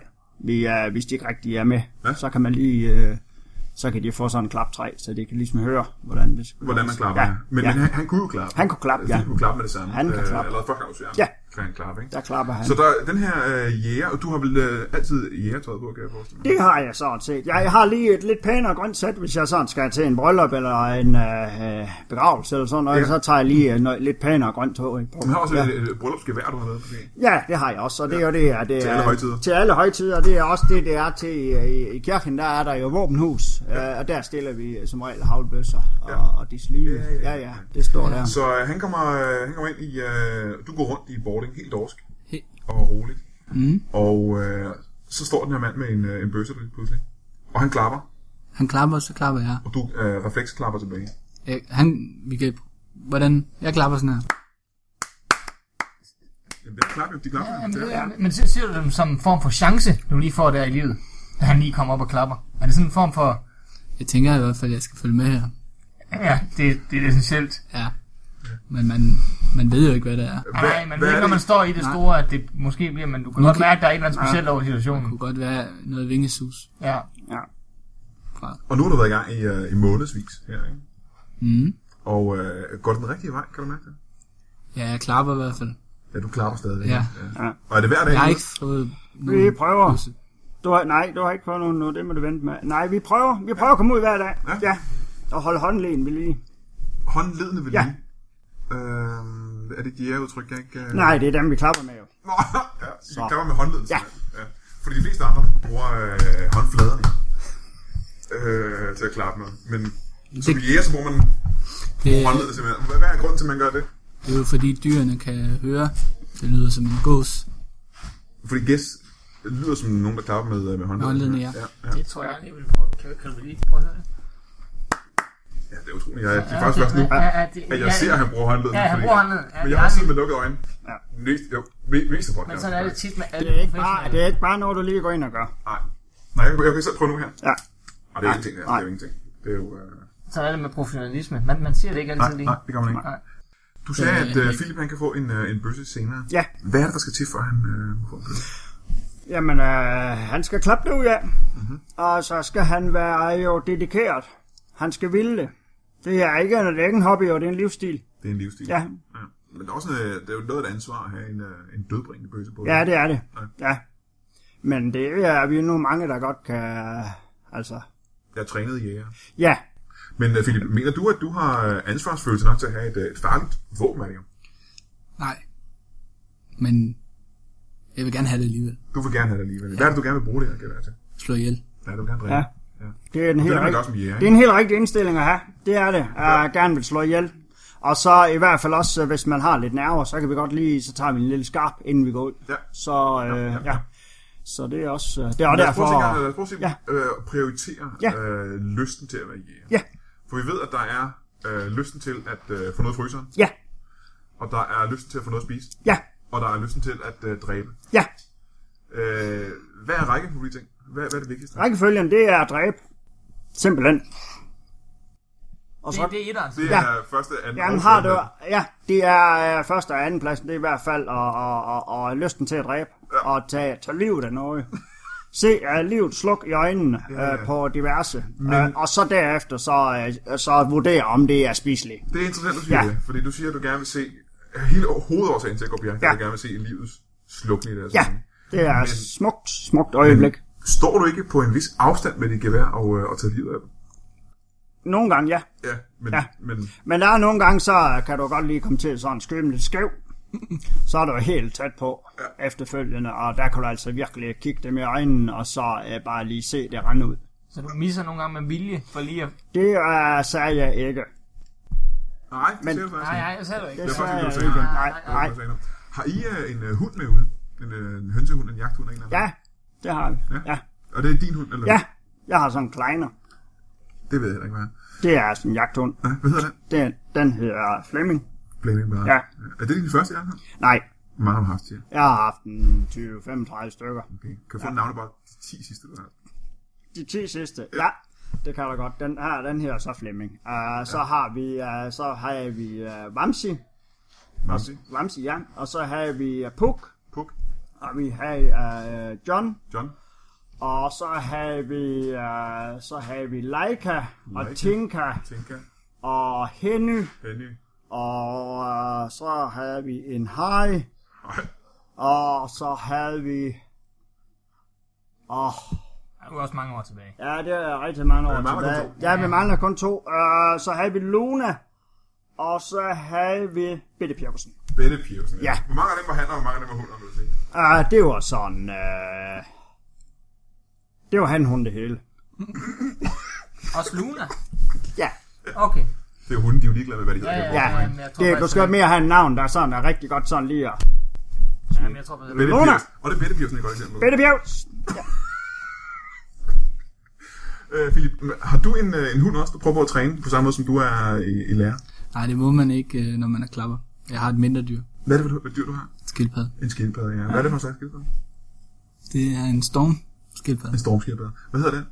Speaker 3: vi, øh, hvis de ikke rigtig er med.
Speaker 1: Ja.
Speaker 3: Så kan man lige, øh, så kan de få sådan en klaptræ, så de kan ligesom høre, hvordan det skal
Speaker 1: Hvordan man klapper. Ja. Men,
Speaker 3: ja.
Speaker 1: men han, han kunne jo klappe.
Speaker 3: Han kunne klappe,
Speaker 1: Philip
Speaker 3: ja.
Speaker 1: kunne klappe med det samme.
Speaker 3: Han kan klappe.
Speaker 1: Øh, Eller først afsværme.
Speaker 3: Ja.
Speaker 1: Kan han klappe, ikke?
Speaker 3: Der klapper han.
Speaker 1: Så
Speaker 3: Så...
Speaker 1: der, den her øh, jæger, og du har vel øh, altid jægertøjet på, kan jeg forestille mig?
Speaker 3: Det har jeg sådan set. Jeg har lige et lidt pænere grønt sæt, hvis jeg sådan skal til en bryllup eller en øh, øh, begravelse eller sådan noget.
Speaker 1: Ja.
Speaker 3: Ja. Så tager jeg lige øh, noget, lidt pænere grønt tog. ikke?
Speaker 1: Du har også
Speaker 3: ja.
Speaker 1: et, et bryllupsgevær, du har med. Okay.
Speaker 3: Ja, det har jeg også, og det er jo det her. Det
Speaker 1: Til
Speaker 3: er,
Speaker 1: alle højtider.
Speaker 3: Til alle højtider, det er også det, det er til øh, i, i kirken, der er der jo våbenhus, ja. og der stiller vi øh, som regel havlbøsser og,
Speaker 1: Ja.
Speaker 3: ja. og de slige.
Speaker 1: Ja, ja,
Speaker 3: Ja,
Speaker 1: ja.
Speaker 3: ja, ja, det står der.
Speaker 1: Så øh, han, kommer, øh, han kommer ind i... Øh, du går rundt i boarding, helt dorsk
Speaker 5: He-
Speaker 1: og roligt.
Speaker 5: Mm.
Speaker 1: Og øh, så står den her mand med en, øh, en bøsse lige pludselig. Og han klapper,
Speaker 5: Han klapper, så klapper jeg.
Speaker 1: og du øh, refleksklapper tilbage.
Speaker 5: jeg han, vi kan, hvordan, jeg klapper sådan her.
Speaker 1: Jamen, det er klap, jo. de klapper.
Speaker 2: Jamen, det,
Speaker 1: Ja.
Speaker 2: ja. Men så ser du dem som en form for chance, du lige får der i livet, da han lige kommer op og klapper. Er det sådan en form for...
Speaker 5: Jeg tænker i hvert fald, at jeg skal følge med her.
Speaker 2: Ja, det, det er essentielt.
Speaker 5: Ja. Men man, man ved jo ikke, hvad det er.
Speaker 1: Hvad-
Speaker 2: Nej, men
Speaker 1: hvad
Speaker 2: ved
Speaker 1: er
Speaker 2: ikke, når
Speaker 1: det?
Speaker 2: man står i det
Speaker 5: Nej.
Speaker 2: store, at det måske bliver, men du kan
Speaker 5: Nu
Speaker 2: godt
Speaker 5: kan-
Speaker 2: mærke, at der er et eller andet
Speaker 3: Ja.
Speaker 2: specielt over
Speaker 5: Det kunne
Speaker 2: situationen.
Speaker 5: godt være noget vingesus
Speaker 2: Ja.
Speaker 3: Ja.
Speaker 5: fra.
Speaker 1: Og nu har du været i gang i, øh, i månedsvis her, ikke?
Speaker 5: Mm.
Speaker 1: Og øh, går det den rigtige vej, kan du mærke det?
Speaker 5: Ja, jeg klapper i hvert fald.
Speaker 1: Ja, du klapper stadig.
Speaker 5: Ja.
Speaker 1: ja. Og er det hver dag?
Speaker 5: Jeg har ikke fået
Speaker 3: Vi prøver.
Speaker 5: busse.
Speaker 3: Du har, nej, du har ikke fået nogen nu, det må du vente med. Nej, vi prøver. Vi prøver at komme ud hver dag.
Speaker 1: Ja.
Speaker 3: Ja. ja. Og holde håndleden ved lige.
Speaker 1: Håndledende ved
Speaker 3: Ja.
Speaker 1: lige. Øh, er det et jægerudtryk, jeg ikke... Øh...
Speaker 3: Nej, det er dem, vi klapper med jo.
Speaker 1: Nå, ja, så vi
Speaker 3: Så.
Speaker 1: klapper med håndledet.
Speaker 3: Ja.
Speaker 1: ja. Fordi de fleste andre bruger øh, håndfladerne øh, til at klappe med. Men som
Speaker 5: Det- Øh.
Speaker 1: jæger, så bruger man
Speaker 5: Det,
Speaker 1: håndledet simpelthen. Hvad- Hvad er grunden til, at man gør det?
Speaker 5: det er jo fordi, dyrene kan høre. Det lyder som en gås.
Speaker 1: Fordi gæs det lyder som nogen, der klapper med, øh, med håndledet.
Speaker 5: Håndledene, ja.
Speaker 1: ja, ja.
Speaker 2: Det tror jeg, jeg vil prøve. Kan, kan du lige prøve at høre det?
Speaker 1: ja det er utroligt. Jeg, det er faktisk først nu,
Speaker 2: Ja, ja, det,
Speaker 1: at jeg ser, at han bruger håndledet.
Speaker 2: Ja, han
Speaker 1: fordi-
Speaker 2: bruger håndleden. Ja,
Speaker 1: Men
Speaker 2: det
Speaker 1: jeg
Speaker 2: er
Speaker 1: har
Speaker 2: han.
Speaker 1: siddet med lukkede øjne.
Speaker 3: Ja.
Speaker 1: Mest, jo, me- mest af
Speaker 2: Men
Speaker 1: podcasten.
Speaker 2: sådan er det tit med alle.
Speaker 3: Det er ikke bare, det er ikke bare noget, du lige går ind og gør.
Speaker 1: Nej. Nej, jeg, jeg kan selv prøve nu her.
Speaker 3: Ja.
Speaker 1: Nej, det er jo ingenting. Det er, det er
Speaker 3: Nej.
Speaker 1: jo ingenting. Det er jo... Øh...
Speaker 2: Sådan er det med professionalisme. Man, man ser det ikke altid
Speaker 1: Nej,
Speaker 2: lige.
Speaker 1: nej, det gør man ikke.
Speaker 2: Nej.
Speaker 1: Du sagde,
Speaker 5: Det er
Speaker 1: at øh, Philip han kan få en, øh, en bøsse senere.
Speaker 3: Ja.
Speaker 1: Hvad er det, der skal til, for at han øh, får en bøsse?
Speaker 3: Jamen, øh, han skal klappe det ud af, mm-hmm.
Speaker 1: Mhm.
Speaker 3: og så skal han være jo dedikeret. Han skal ville det. Det er ikke, det er ikke en hobby, og det er en livsstil.
Speaker 1: Det er en livsstil.
Speaker 3: Ja,
Speaker 1: ja. Men der er, også, øh, det er jo noget af et ansvar at have en, øh, en dødbringende bøsse på.
Speaker 3: ja det er det. Ja. Men det er vi er nu mange, der godt kan... Altså,
Speaker 1: Jeg er trænet jæger.
Speaker 3: ja.
Speaker 1: Men øh, Philip, mener du, at du har øh, ansvarsfølelse nok til at have et, øh, et farligt våben, er det jo?
Speaker 5: Nej. Men jeg vil gerne have det alligevel.
Speaker 1: Du vil gerne have det alligevel. Hvad er det, du gerne vil bruge det her gevær til?
Speaker 5: Slå ihjel.
Speaker 1: Ja, du vil gerne
Speaker 3: Ja.
Speaker 1: drenge. Ja.
Speaker 3: Det er, den
Speaker 1: Det er det,
Speaker 3: helt
Speaker 1: man
Speaker 3: rigtig,
Speaker 1: gør som jæger,
Speaker 3: det er en helt rigtig indstilling at have. Det er det. Jeg gerne vil slå ihjel. Og så i hvert fald også, øh, hvis man har lidt nerver, så kan vi godt lige, så tager vi en lille skarp, inden vi går ud.
Speaker 1: Ja.
Speaker 3: Så,
Speaker 1: Ja, ja,
Speaker 3: øh,
Speaker 1: ja.
Speaker 3: ja. Så det er også, øh, det er
Speaker 1: Og
Speaker 3: og
Speaker 1: lad os prøve at,
Speaker 3: derfor...
Speaker 1: tænke, lad os prøve at se,
Speaker 3: Ja.
Speaker 1: øh, prioritere
Speaker 3: Ja.
Speaker 1: øh, lysten til at være jæger.
Speaker 3: Ja.
Speaker 1: For vi ved, at der er øh, lysten til at øh, få noget i fryseren.
Speaker 3: Ja,
Speaker 1: og der er lysten til at få noget at spise,
Speaker 3: Ja,
Speaker 1: og der er lysten til at øh, dræbe.
Speaker 3: ja.
Speaker 1: Øh, hvad er rækken på de ting? Hvad, hvad er det vigtigste?
Speaker 3: Rækkefølgen, det er at dræbe. Simpelthen. Og så,
Speaker 2: Det, det er etteren.
Speaker 1: Det
Speaker 3: Ja.
Speaker 1: er første, anden
Speaker 3: jamen,
Speaker 1: og
Speaker 3: har
Speaker 1: tredje.
Speaker 3: du, ja, det er øh, første og anden pladsen, det er i hvert fald, og, og, og, og lysten til at dræbe, og tage, tage livet af noget. Se uh, livet sluk i øjnene
Speaker 1: Ja, ja.
Speaker 3: uh, på diverse, uh, og så derefter så, uh, så vurdere, om det er spiseligt.
Speaker 1: Det er interessant, du siger ja.
Speaker 3: Ja.
Speaker 1: det, fordi du siger, at du gerne vil se øh, hele hovedårsagen til at gå på jagt, ja.
Speaker 3: Ja.
Speaker 1: at du gerne vil se livets slukken i deres
Speaker 3: Ja,
Speaker 1: øjne.
Speaker 3: det er smukt, smukt øjeblik.
Speaker 1: Står du ikke på en vis afstand med dit gevær og, øh, og tager livet af dem?
Speaker 3: Nogle gange, ja.
Speaker 1: Ja, men, ja.
Speaker 3: Ja.
Speaker 1: men
Speaker 3: Men der er nogle gange, så kan du godt lige komme til sådan skømme lidt skæv. Så er du helt tæt på efterfølgende, og der kan du altså virkelig kigge dem i øjnene, og så øh, bare lige se det rende ud.
Speaker 2: Så du misser nogle gange med vilje for lige at...
Speaker 3: Det øh, sagde jeg ikke.
Speaker 1: nej, men,
Speaker 3: Men-
Speaker 1: det er faktisk
Speaker 2: Nej,
Speaker 1: ikke.
Speaker 2: nej, jeg sagde det ikke.
Speaker 3: Det
Speaker 1: Det var faktisk
Speaker 3: sagde
Speaker 1: ikke,
Speaker 3: jeg
Speaker 1: du sagde.
Speaker 3: ikke. Nej,
Speaker 2: Nej,
Speaker 1: Det var
Speaker 3: nej.
Speaker 1: faktisk ikke. Har I øh, en øh, hund med ude? En, øh, en hønsehund, en jagthund? Eller en eller anden?
Speaker 3: Ja, det har vi.
Speaker 1: Ja.
Speaker 3: Ja,
Speaker 1: Og det er din hund, eller
Speaker 3: ja. jeg har sådan en kleiner.
Speaker 1: Det ved jeg heller ikke, hvad han er.
Speaker 3: Det er sådan en jagthund.
Speaker 1: Ja, Hvad hedder den?
Speaker 3: Den, den hedder Flemming.
Speaker 1: Flaming Bar.
Speaker 3: Ja.
Speaker 1: Er det din første jagthund?
Speaker 3: Nej,
Speaker 1: Mange har haft, ja.
Speaker 3: jeg har haft en 20-35 stykker.
Speaker 1: Okay. Kan jeg få ja. navnet bare de 10 sidste, du har haft?
Speaker 3: De 10 sidste, ja. Det kan du godt. Den her, den her så Flemming. Uh, så har vi, uh, så har vi uh, Vamsi.
Speaker 1: Mamsi,
Speaker 3: Ramsey, ja. Og så havde vi øh, Puk,
Speaker 1: Puk,
Speaker 3: og vi havde øh, John,
Speaker 1: John,
Speaker 3: og så havde vi, øh, så havde vi Leica,
Speaker 1: Laika.
Speaker 3: og Tinka,
Speaker 1: Tinka,
Speaker 3: og Henny,
Speaker 1: Henny.
Speaker 3: og øh, så havde vi en Harry,
Speaker 1: Ej,
Speaker 3: og så havde vi... Åh,
Speaker 2: Der er jo også mange år tilbage.
Speaker 3: ja, det er rigtig mange år
Speaker 1: vi mangler kun
Speaker 3: tilbage.
Speaker 1: to.
Speaker 3: Ja, vi mangler kun to. Øh, så havde vi Luna, og så havde vi Bitte Pjerkelsen.
Speaker 1: Bette Pearson.
Speaker 3: Ja.
Speaker 1: Hvor mange af dem var han, og hvor mange af dem var hunder, vil du sige?
Speaker 3: Ah, det var sådan... Øh... Det var han, hun det hele.
Speaker 2: Også Luna.
Speaker 3: Ja,
Speaker 2: Okay.
Speaker 1: Det er jo hunden, de er jo ligeglade med, hvad de hedder.
Speaker 2: Ja,
Speaker 3: ja.
Speaker 2: men jeg tror
Speaker 3: Det, du
Speaker 2: faktisk,
Speaker 3: skal
Speaker 2: at-
Speaker 3: mere have en navn, der sådan er rigtig godt sådan lige at...
Speaker 2: Ja, men jeg tror, at...
Speaker 1: Bette
Speaker 3: Luna.
Speaker 1: Pearson. Og det er Bette Pearson, et godt eksempel.
Speaker 3: Bitte Bjevs!
Speaker 1: Øh, Philip, har du en, øh, en hund også, du prøver på at træne på samme måde, som du er i, i lærer?
Speaker 5: Nej, det må man ikke, øh, når man er klapper. Jeg har et mindre dyr.
Speaker 1: Hvad er det for et dyr, du har?
Speaker 5: Et skildpadde.
Speaker 1: En skildpadde, ja. Hvad er det for en slags skildpadde?
Speaker 5: Det er en storm
Speaker 1: En
Speaker 5: skildpadde.
Speaker 1: stormskildpadde. Hvad hedder den?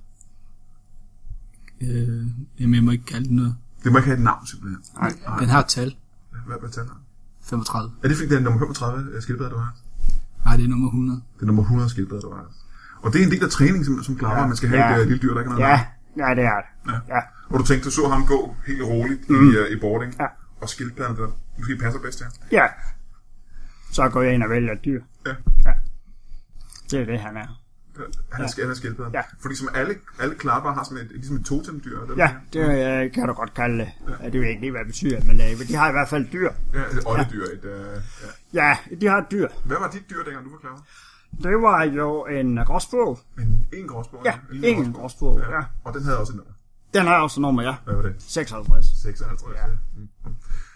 Speaker 5: Øh, jamen, jeg må ikke kalde den noget.
Speaker 1: Det må ikke have et navn, simpelthen. Nej.
Speaker 5: Den har et tal.
Speaker 1: Hvad, hvad taler den?
Speaker 5: 35.
Speaker 1: Er det fordi, det er nummer 35 øh, skildpadde, du har?
Speaker 5: Nej, det er nummer 100.
Speaker 1: Det er nummer 100 skildpadde, du har. Og det er en del af træning, som, som klarer, ja. man skal have ja.
Speaker 3: Ja.
Speaker 1: et øh, lille dyr, der ikke har noget
Speaker 3: Ja,
Speaker 1: navn.
Speaker 3: ja, det er det.
Speaker 1: Ja.
Speaker 3: Ja,
Speaker 1: Og du tænkte, du så ham gå helt roligt mm. i, øh, i boarding.
Speaker 3: Ja.
Speaker 1: Og skildpadden, der måske passer bedst her.
Speaker 3: ja. Så går jeg ind og vælger et dyr.
Speaker 1: Ja.
Speaker 3: ja. Det er det, han er.
Speaker 1: Han er, ja. han er skildpadden.
Speaker 3: Ja.
Speaker 1: Fordi som alle, alle klapper har sådan et, ligesom et totemdyr. eller
Speaker 3: Ja,
Speaker 1: hvad det
Speaker 3: det øh, kan du godt kalde det. Ja, Det ved jeg ikke lige, hvad det betyder, men øh, de har i hvert fald et dyr.
Speaker 1: er. Ja, et oldedyr. Et, øh, ja.
Speaker 3: Ja, de har et dyr.
Speaker 1: Hvad var dit dyr, dengang du var klapper?
Speaker 3: Det var jo en gråsbog.
Speaker 1: En, en gråsbog?
Speaker 3: Ja, en gråsbog, ja.
Speaker 1: Og den havde også et nummer.
Speaker 3: Den har også et nummer, ja.
Speaker 1: Hvad var det?
Speaker 3: 56.
Speaker 1: 56. Ja.
Speaker 3: Ja.
Speaker 1: Mm.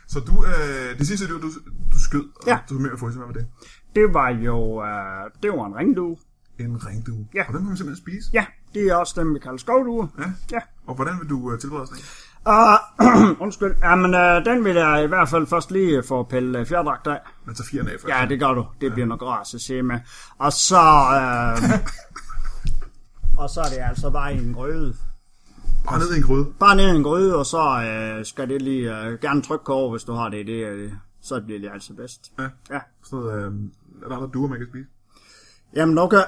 Speaker 1: Så du, øh, det sidste dyr, du, du skød, og
Speaker 3: Ja.
Speaker 1: du tog med at få hvad var det?
Speaker 3: Det var jo, øh, det var en ringdue.
Speaker 1: En ringdue.
Speaker 3: Ja.
Speaker 1: Og den kan man simpelthen spise.
Speaker 3: Ja, det er også dem, vi kalder skovduer.
Speaker 1: Ja.
Speaker 3: Ja.
Speaker 1: Og hvordan vil du øh, tilberede sådan en?
Speaker 3: Og, undskyld, jamen, øh, den vil jeg i hvert fald først lige få pillet øh, fjerdragt af.
Speaker 1: Man tager firen af først.
Speaker 3: Ja, det gør du. Det bliver noget græs at se med. Og så... Øh, og så er det altså bare i en gryde.
Speaker 1: Bare ned i en gryde.
Speaker 3: Bare ned i en gryde, og så øh, skal det lige øh, gerne trykke over, hvis du har det. det øh, så bliver det altså bedst.
Speaker 1: Ja.
Speaker 3: Ja.
Speaker 1: Sådan noget, øh, er der andre duer, man kan spise?
Speaker 3: Jamen, du kan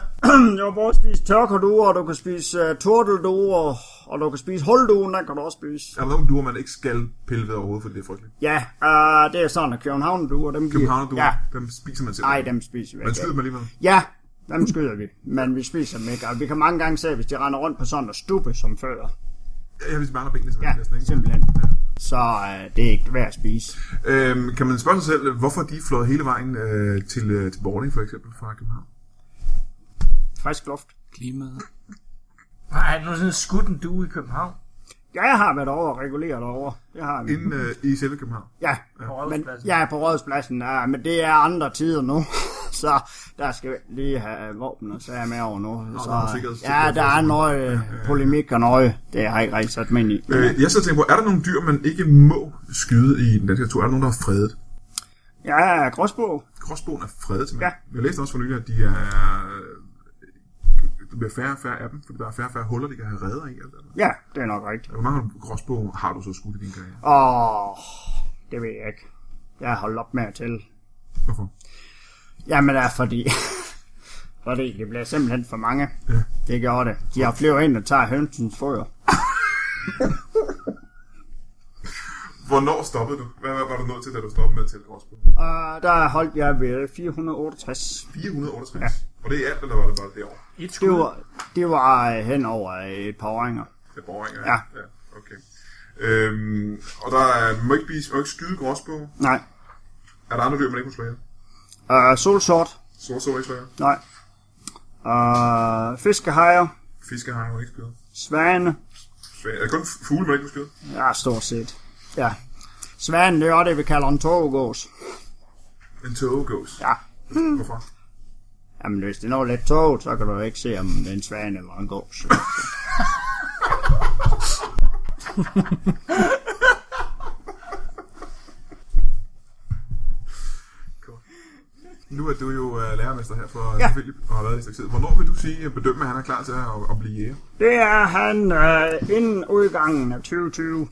Speaker 3: jo både spise tørkerduer, og du kan spise øh, turtelduer, og du kan spise hulduen, den kan du også spise.
Speaker 1: Er der nogle duer, man ikke skal pille ved overhovedet, fordi det er frygteligt?
Speaker 3: Ja, øh, det er sådan, at København-duer, dem bliver...
Speaker 1: Københavnerduer,
Speaker 3: Ja,
Speaker 1: dem spiser man selv.
Speaker 3: nej, dem spiser vi
Speaker 1: Man
Speaker 3: ikke.
Speaker 1: skyder dem alligevel.
Speaker 3: Ja, dem skyder vi, men vi spiser dem ikke. Og vi kan mange gange se, hvis de render rundt på sådan en stube som før.
Speaker 1: Ja, hvis de mangler benene, så
Speaker 3: Ja,
Speaker 1: næsten, ikke?
Speaker 3: simpelthen. Så øh, det er ikke værd at spise.
Speaker 1: Øhm, kan man spørge sig selv, hvorfor de er flået hele vejen øh, til, øh, til Bording, for eksempel, fra København?
Speaker 3: Frisk luft.
Speaker 5: Klimaet.
Speaker 2: Har han nogensinde skudt en due i København?
Speaker 3: Ja, jeg har været over og reguleret over. Det har vi.
Speaker 1: Inden øh, i selve København.
Speaker 3: Ja,
Speaker 2: På
Speaker 3: men,
Speaker 2: Rådhuspladsen?
Speaker 3: ja, på Rådhuspladsen, ja, men det er andre tider nu, så der skal vi lige have øh, våben og sager med over nu. Så,
Speaker 1: der er en sikkerheds-
Speaker 3: ja, der er noget øh, polemik og noget, det har jeg ikke rigtig sat mig ind i.
Speaker 1: Øh, jeg så tænker på, er der nogle dyr, man ikke må skyde i den danske natur? Er der nogen, der er fredet?
Speaker 3: Ja, crossbow.
Speaker 1: Crossbogen er fredet til mig.
Speaker 3: Ja.
Speaker 1: Jeg læste også for nylig, at de er... Der bliver færre og færre af dem, fordi der er færre og færre huller, de kan have redder i. Alt det der.
Speaker 3: Ja, det er nok rigtigt.
Speaker 1: Hvor mange crossbow har du så skudt i din karriere?
Speaker 3: Åh, det ved jeg ikke. Jeg har holdt op med at tælle.
Speaker 1: Hvorfor?
Speaker 3: Jamen, det er fordi... fordi det bliver simpelthen for mange. Det gjorde det. De har flere ind og tager hønsens frøer.
Speaker 1: Hvornår stoppede du? Hvad hvad var du nået til, da du stoppede med at tælle crossbow?
Speaker 3: Og der holdt jeg ved 468.
Speaker 1: 468. Ja. Og det er alt, eller var det bare det år?
Speaker 2: Et skud.
Speaker 3: Det var, det var øh, hen over et par åringer.
Speaker 1: Det er borgeringer?
Speaker 3: Ja.
Speaker 1: ja. Okay. Øhm, og der er, må ikke, bise, må ikke skyde crossbow.
Speaker 3: Nej.
Speaker 1: Er der andre dyr, man ikke må slå ihjel?
Speaker 3: Uh, solsort.
Speaker 1: Sort sort ikke slå ihjel.
Speaker 3: Nej. Uh, fiskehajer.
Speaker 1: Fiske har man ikke skyde.
Speaker 3: Svane.
Speaker 1: Svane- Er det kun fugle, man ikke må skyde?
Speaker 3: Ja, stort set. Ja. Svane, det er også det, vi kalder en togås.
Speaker 1: En togegås.
Speaker 3: Ja. Mm.
Speaker 1: Hvorfor?
Speaker 3: Jamen, hvis det når lidt tog, så kan du jo ikke se, om det er en svane eller en gås.
Speaker 1: Nu er du jo øh, lærermester her for ja. Philip, og har været i et stykke tid. Hvornår vil du sige, bedømme, at han er klar til at, at blive jæger?
Speaker 3: Det er han øh, inden udgangen af 2020.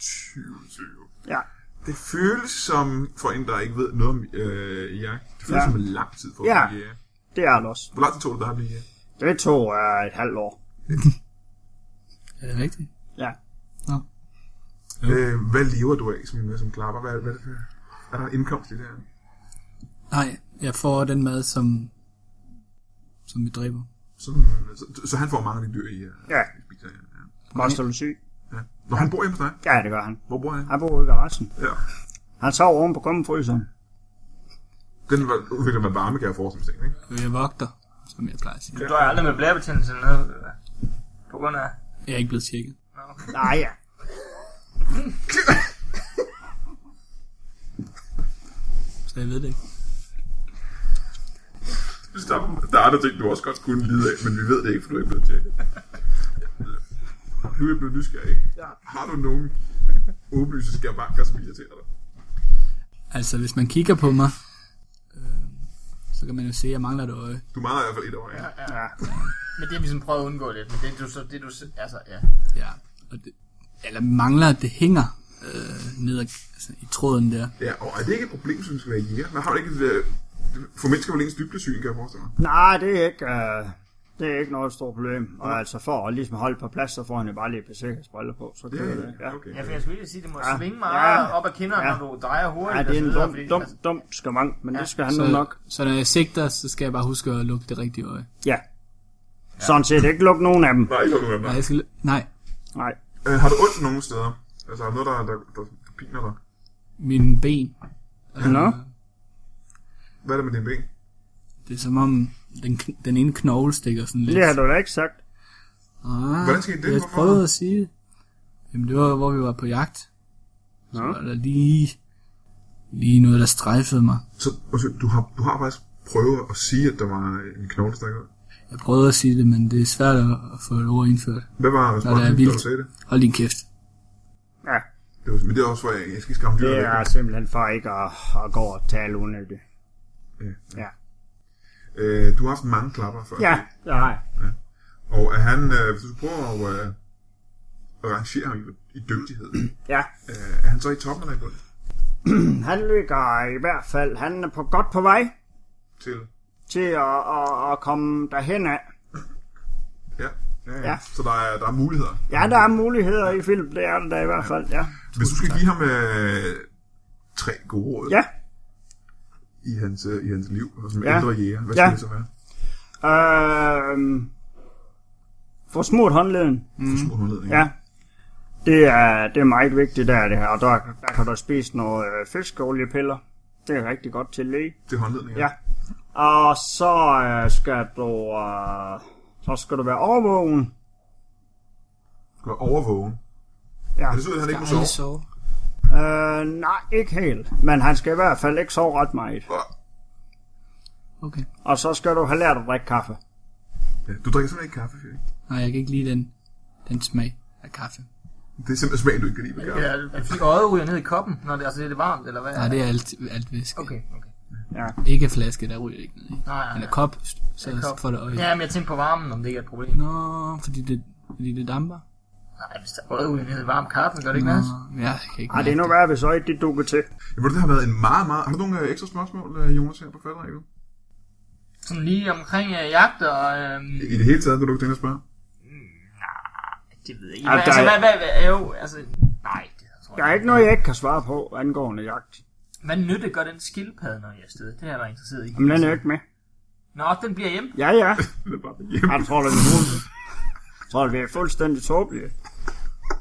Speaker 1: 2020.
Speaker 3: Ja.
Speaker 1: Det føles som, for en, der ikke ved noget om øh, jagt, det føles ja.
Speaker 3: Ja.
Speaker 1: som en lang tid for at
Speaker 3: Ja.
Speaker 1: blive jæger.
Speaker 3: Det er det også.
Speaker 1: Hvor lang tid tog det dig at blive jæger?
Speaker 3: Det tog øh, et halvt år.
Speaker 5: Er det rigtigt?
Speaker 3: Ja.
Speaker 1: Ja. Øh, hvad lever du af som, som klapper? Hvad, hvad er, det for, er der en indkomst i det her?
Speaker 5: Nej, jeg får den mad, som, som vi dræber.
Speaker 1: Så, så, så han får mange af de dyr, I øh,
Speaker 3: Ja.
Speaker 1: spiser. Ja.
Speaker 3: Koster du syg?
Speaker 1: ja. Når han bor hjemme hos dig,
Speaker 3: Ja, det gør han.
Speaker 1: hvor bor han?
Speaker 3: Han bor ude i garagen.
Speaker 1: Ja.
Speaker 3: Han sover oven på kummefryseren.
Speaker 1: Den var- udvikler man varme, kan jeg forestille mig. ting, Ikke?
Speaker 5: Jeg vogter, som jeg plejer at sige.
Speaker 2: Du døjer aldrig med blærebetændelse eller noget. eller hvad? På grund af...
Speaker 5: Jeg er ikke blevet tjekket.
Speaker 3: Nej, ja.
Speaker 5: Så jeg ved det ikke.
Speaker 1: Jeg synes, Der, der er andre ting, du også godt kunne lide af, men vi ved det ikke, for du er ikke blevet tjekket. Nu er jeg blevet nysgerrig. Ja. Har du nogen åbenlyse skavanker, som irriterer dig?
Speaker 5: Altså, hvis man kigger på mig, øh, så kan man jo se, at jeg mangler et øje.
Speaker 1: Du mangler i hvert fald et år, ja. ja.
Speaker 3: ja.
Speaker 2: Men det har vi sådan prøvet at undgå lidt. Men det du så... Det du... så- Altså, ja.
Speaker 5: Ja, og det, eller mangler, at det hænger øh, ned ad, altså, i tråden der.
Speaker 1: ja. og er det ikke et problem, som skal være jæger? Man har jo ikke et... øh, For mennesker med ens dybdesyn, kan jeg forestille mig.
Speaker 3: Nej, det er ikke... Øh, det er ikke noget stort problem. Og altså for at ligesom holde på plads, så får han jo bare lige et par sikkerhedsbriller på. Så det, er det. Ja.
Speaker 1: okay.
Speaker 2: Ja, for jeg skulle lige sige, det må ja. svinge meget
Speaker 3: meget
Speaker 2: ja. op ad kinderne, ja. når du drejer hurtigt.
Speaker 3: Ja, Altså, det er en dum, dum, dum skamang, men det skal han nu
Speaker 5: Så,
Speaker 3: nok.
Speaker 5: så når jeg sigter, så skal jeg bare huske at lukke det rigtige øje.
Speaker 3: Ja. Sådan set ikke lukke nogen af dem.
Speaker 1: Nej, ikke noget med
Speaker 5: Nej, jeg skal, lu- nej
Speaker 3: Nej.
Speaker 1: øh, Har du ondt nogen steder? Altså, er der noget, der, der, der, der piner dig?
Speaker 5: mine ben.
Speaker 3: Nå?
Speaker 1: Hvad er det med dine ben?
Speaker 5: Det er som om, den, kn- den ene knogle stikker sådan lidt.
Speaker 3: Det har du da ikke sagt.
Speaker 5: Ah,
Speaker 1: Hvordan skete det?
Speaker 5: Jeg
Speaker 1: Hvorfor?
Speaker 5: prøvede at sige det. Jamen, det var, hvor vi var på jagt. Så
Speaker 3: Nå.
Speaker 5: var der lige, lige noget, der strejfede mig.
Speaker 1: Så, altså, du, har, du har faktisk prøvet at sige, at der var en knogle, der stak ud.
Speaker 5: Jeg prøvede at sige det, men det er svært at at få et ord indført.
Speaker 1: Hvad var
Speaker 5: Når det
Speaker 1: responsen,
Speaker 5: er
Speaker 1: da du
Speaker 5: vildt.
Speaker 1: sagde det?
Speaker 5: Hold din kæft.
Speaker 3: Ja.
Speaker 1: det var, men det er også, hvor jeg, jeg skal ikke skamme dyr.
Speaker 3: Det er simpelthen for ikke at, at gå og tale unødigt. Ja.
Speaker 1: Øh, du har haft mange klapper før.
Speaker 3: Ja, det har jeg.
Speaker 1: Og er han, øh, hvis du prøver at, øh, at rangere ham i, i dygtighed,
Speaker 3: Ja.
Speaker 1: øh, er han så i toppen eller i bunden?
Speaker 3: Han ligger i hvert fald, han er på godt på vej
Speaker 1: Til?
Speaker 3: til at, at, at komme derhen af.
Speaker 1: Ja. Ja, ja.
Speaker 3: Ja.
Speaker 1: Så der er, der er muligheder.
Speaker 3: Ja, der er muligheder i film, det er der da i hvert fald, ja.
Speaker 1: Hvis du skal give ham øh, tre gode råd
Speaker 3: Ja,
Speaker 1: i, hans, øh, i hans liv, og som ja.
Speaker 3: Ja.
Speaker 1: ældre jæger, hvad skal
Speaker 3: Ja.
Speaker 1: det så være?
Speaker 3: øh, få smurt håndleden,
Speaker 1: Mm. Små håndledninger.
Speaker 3: ja. Det er, det er meget vigtigt der, det her. Og der, der kan du spise nogle øh, fiskeoliepiller. Det er rigtig godt til læge.
Speaker 1: Det er håndledninger.
Speaker 3: Ja. Og så øh, skal du, øh, så skal du være overvågen.
Speaker 1: Du skal være overvågen. Men
Speaker 3: Ja.
Speaker 1: det betyder, at han ikke må
Speaker 5: Ej,
Speaker 1: sove.
Speaker 5: så.
Speaker 3: Øh, nej, ikke helt. Men han skal i hvert fald ikke sove ret meget.
Speaker 1: Og-
Speaker 5: Okay.
Speaker 3: Og så skal du have lært at drikke kaffe.
Speaker 1: Ja, du drikker simpelthen ikke kaffe, Fie.
Speaker 5: Nej, jeg kan ikke lide den, den smag af kaffe.
Speaker 1: Det er simpelthen smagen, du ikke kan lide, Bjarke.
Speaker 2: Ja, er det fordi øjet ryger ned i koppen, når det, altså, det er det varmt, eller hvad?
Speaker 5: Nej, det er alt, alt væske.
Speaker 2: Okay, okay.
Speaker 3: Ja.
Speaker 5: Ikke flaske, der ryger ikke ned i.
Speaker 2: Nej, nej,
Speaker 5: Men
Speaker 2: nej.
Speaker 5: er kop, så
Speaker 2: En kop.
Speaker 5: får det øje.
Speaker 2: Ja, men jeg tænkte på varmen, om det ikke er et problem.
Speaker 5: Nå, fordi det, fordi det damper.
Speaker 2: Nej, hvis der er øjet ryger ned i varm kaffe, gør det ikke noget?
Speaker 5: Nå, ja, jeg kan ikke
Speaker 3: Ej, det er
Speaker 5: mærke
Speaker 3: nu værd, hvis øjet det dukker til.
Speaker 1: Ja, ved du, det har været en meget, meget... Har du nogle øh, ekstra spørgsmål, øh, Jonas, her på faldrækket?
Speaker 2: Sådan lige omkring øh, jagt og... Øhm,
Speaker 1: I det hele taget, kan du ikke tænke at spørge?
Speaker 2: det ved jeg ikke.
Speaker 3: Ja, der
Speaker 2: Altså,
Speaker 3: er-
Speaker 2: hvad, hvad, hvad, jo, altså... Nej, det tror
Speaker 3: Der
Speaker 2: jeg
Speaker 3: er ikke noget, jeg ikke kan svare på angående jagt.
Speaker 2: ikke. Hvad nytte gør den skildpadde, når jeg er afsted? Det er jeg da interesseret i.
Speaker 3: Men den er jo ikke med.
Speaker 2: Nå, den bliver hjemme.
Speaker 3: Ja, ja.
Speaker 1: Det er bare hjemme.
Speaker 3: Jeg tror, den er hovedet. Jeg tror, det er fuldstændig tåbeligt.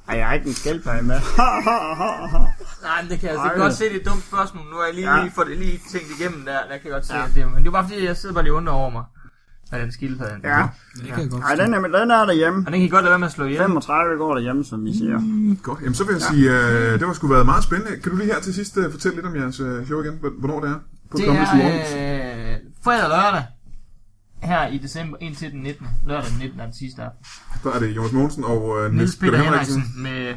Speaker 3: Ej, jeg har ikke en skildpadde med.
Speaker 2: Nej, men det kan jeg altså
Speaker 3: Ej.
Speaker 2: godt se, det er et dumt spørgsmål. Nu har jeg lige,
Speaker 3: Ja.
Speaker 2: ja. lige, fået det lige tænkt igennem der, der kan jeg godt se,
Speaker 3: Ja.
Speaker 2: ja. det er- Men det var bare fordi, jeg sidder bare lige under over mig. Af den skildpadde.
Speaker 3: ja.
Speaker 5: det. Det kan jeg godt
Speaker 3: Ej, den
Speaker 5: forstå.
Speaker 3: er, den er derhjemme.
Speaker 2: Og den kan I godt lade være med at slå ihjel.
Speaker 3: 35 går derhjemme, som I siger.
Speaker 1: Ah, Godt, jamen så vil jeg ja. sige, øh, det var sgu været meget spændende. Kan du lige her til sidst øh, fortælle lidt om jeres øh, show igen? Hvor- Hvornår det er? På
Speaker 2: Det
Speaker 1: Comedy
Speaker 2: er
Speaker 1: Zoo Aarhus.
Speaker 2: øh, fredag og lørdag. Her i december indtil den 19. Lørdag den 19. er den sidste aften.
Speaker 1: Der er det Jonas Mogensen og øh,
Speaker 2: Niels Peter Henriksen med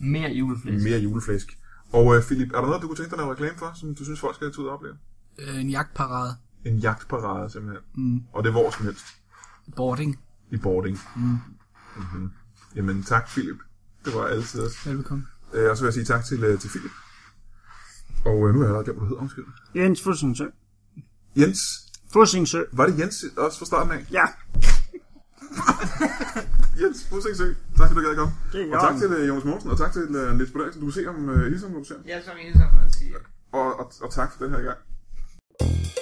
Speaker 2: mere juleflæs.
Speaker 1: Mere juleflæsk. Og øh, Philip, er der noget, du kunne tænke dig at lave reklame for, som du synes, folk skal tage ud og opleve?
Speaker 5: Øh, en jagtparade.
Speaker 1: En jagtparade simpelthen.
Speaker 5: Mm.
Speaker 1: Og det er hvor som helst.
Speaker 5: Boarding.
Speaker 1: I boarding. Mm. Mm-hmm. Jamen tak, Philip. Det var altid også.
Speaker 5: Velbekomme.
Speaker 1: Øh, og så vil jeg sige tak til, øh, til Philip. Og øh, nu er jeg allerede glemt, hvad du hedder, undskyld.
Speaker 3: Jens Fussingsø.
Speaker 1: Jens.
Speaker 3: Fussingsø.
Speaker 1: Var det Jens også fra starten af?
Speaker 3: Ja,
Speaker 1: Jens Fusingsø. Tak fordi du gad at komme.
Speaker 3: det er
Speaker 1: Og tak
Speaker 3: godt.
Speaker 1: til uh, Jonas Mogensen, og tak til uh, Niels Brediksen. øh, Du kan se om uh, Hilsen, du ser.
Speaker 2: assim, Jeg som I hedder, siger.
Speaker 1: Og, og, og tak for den her gang.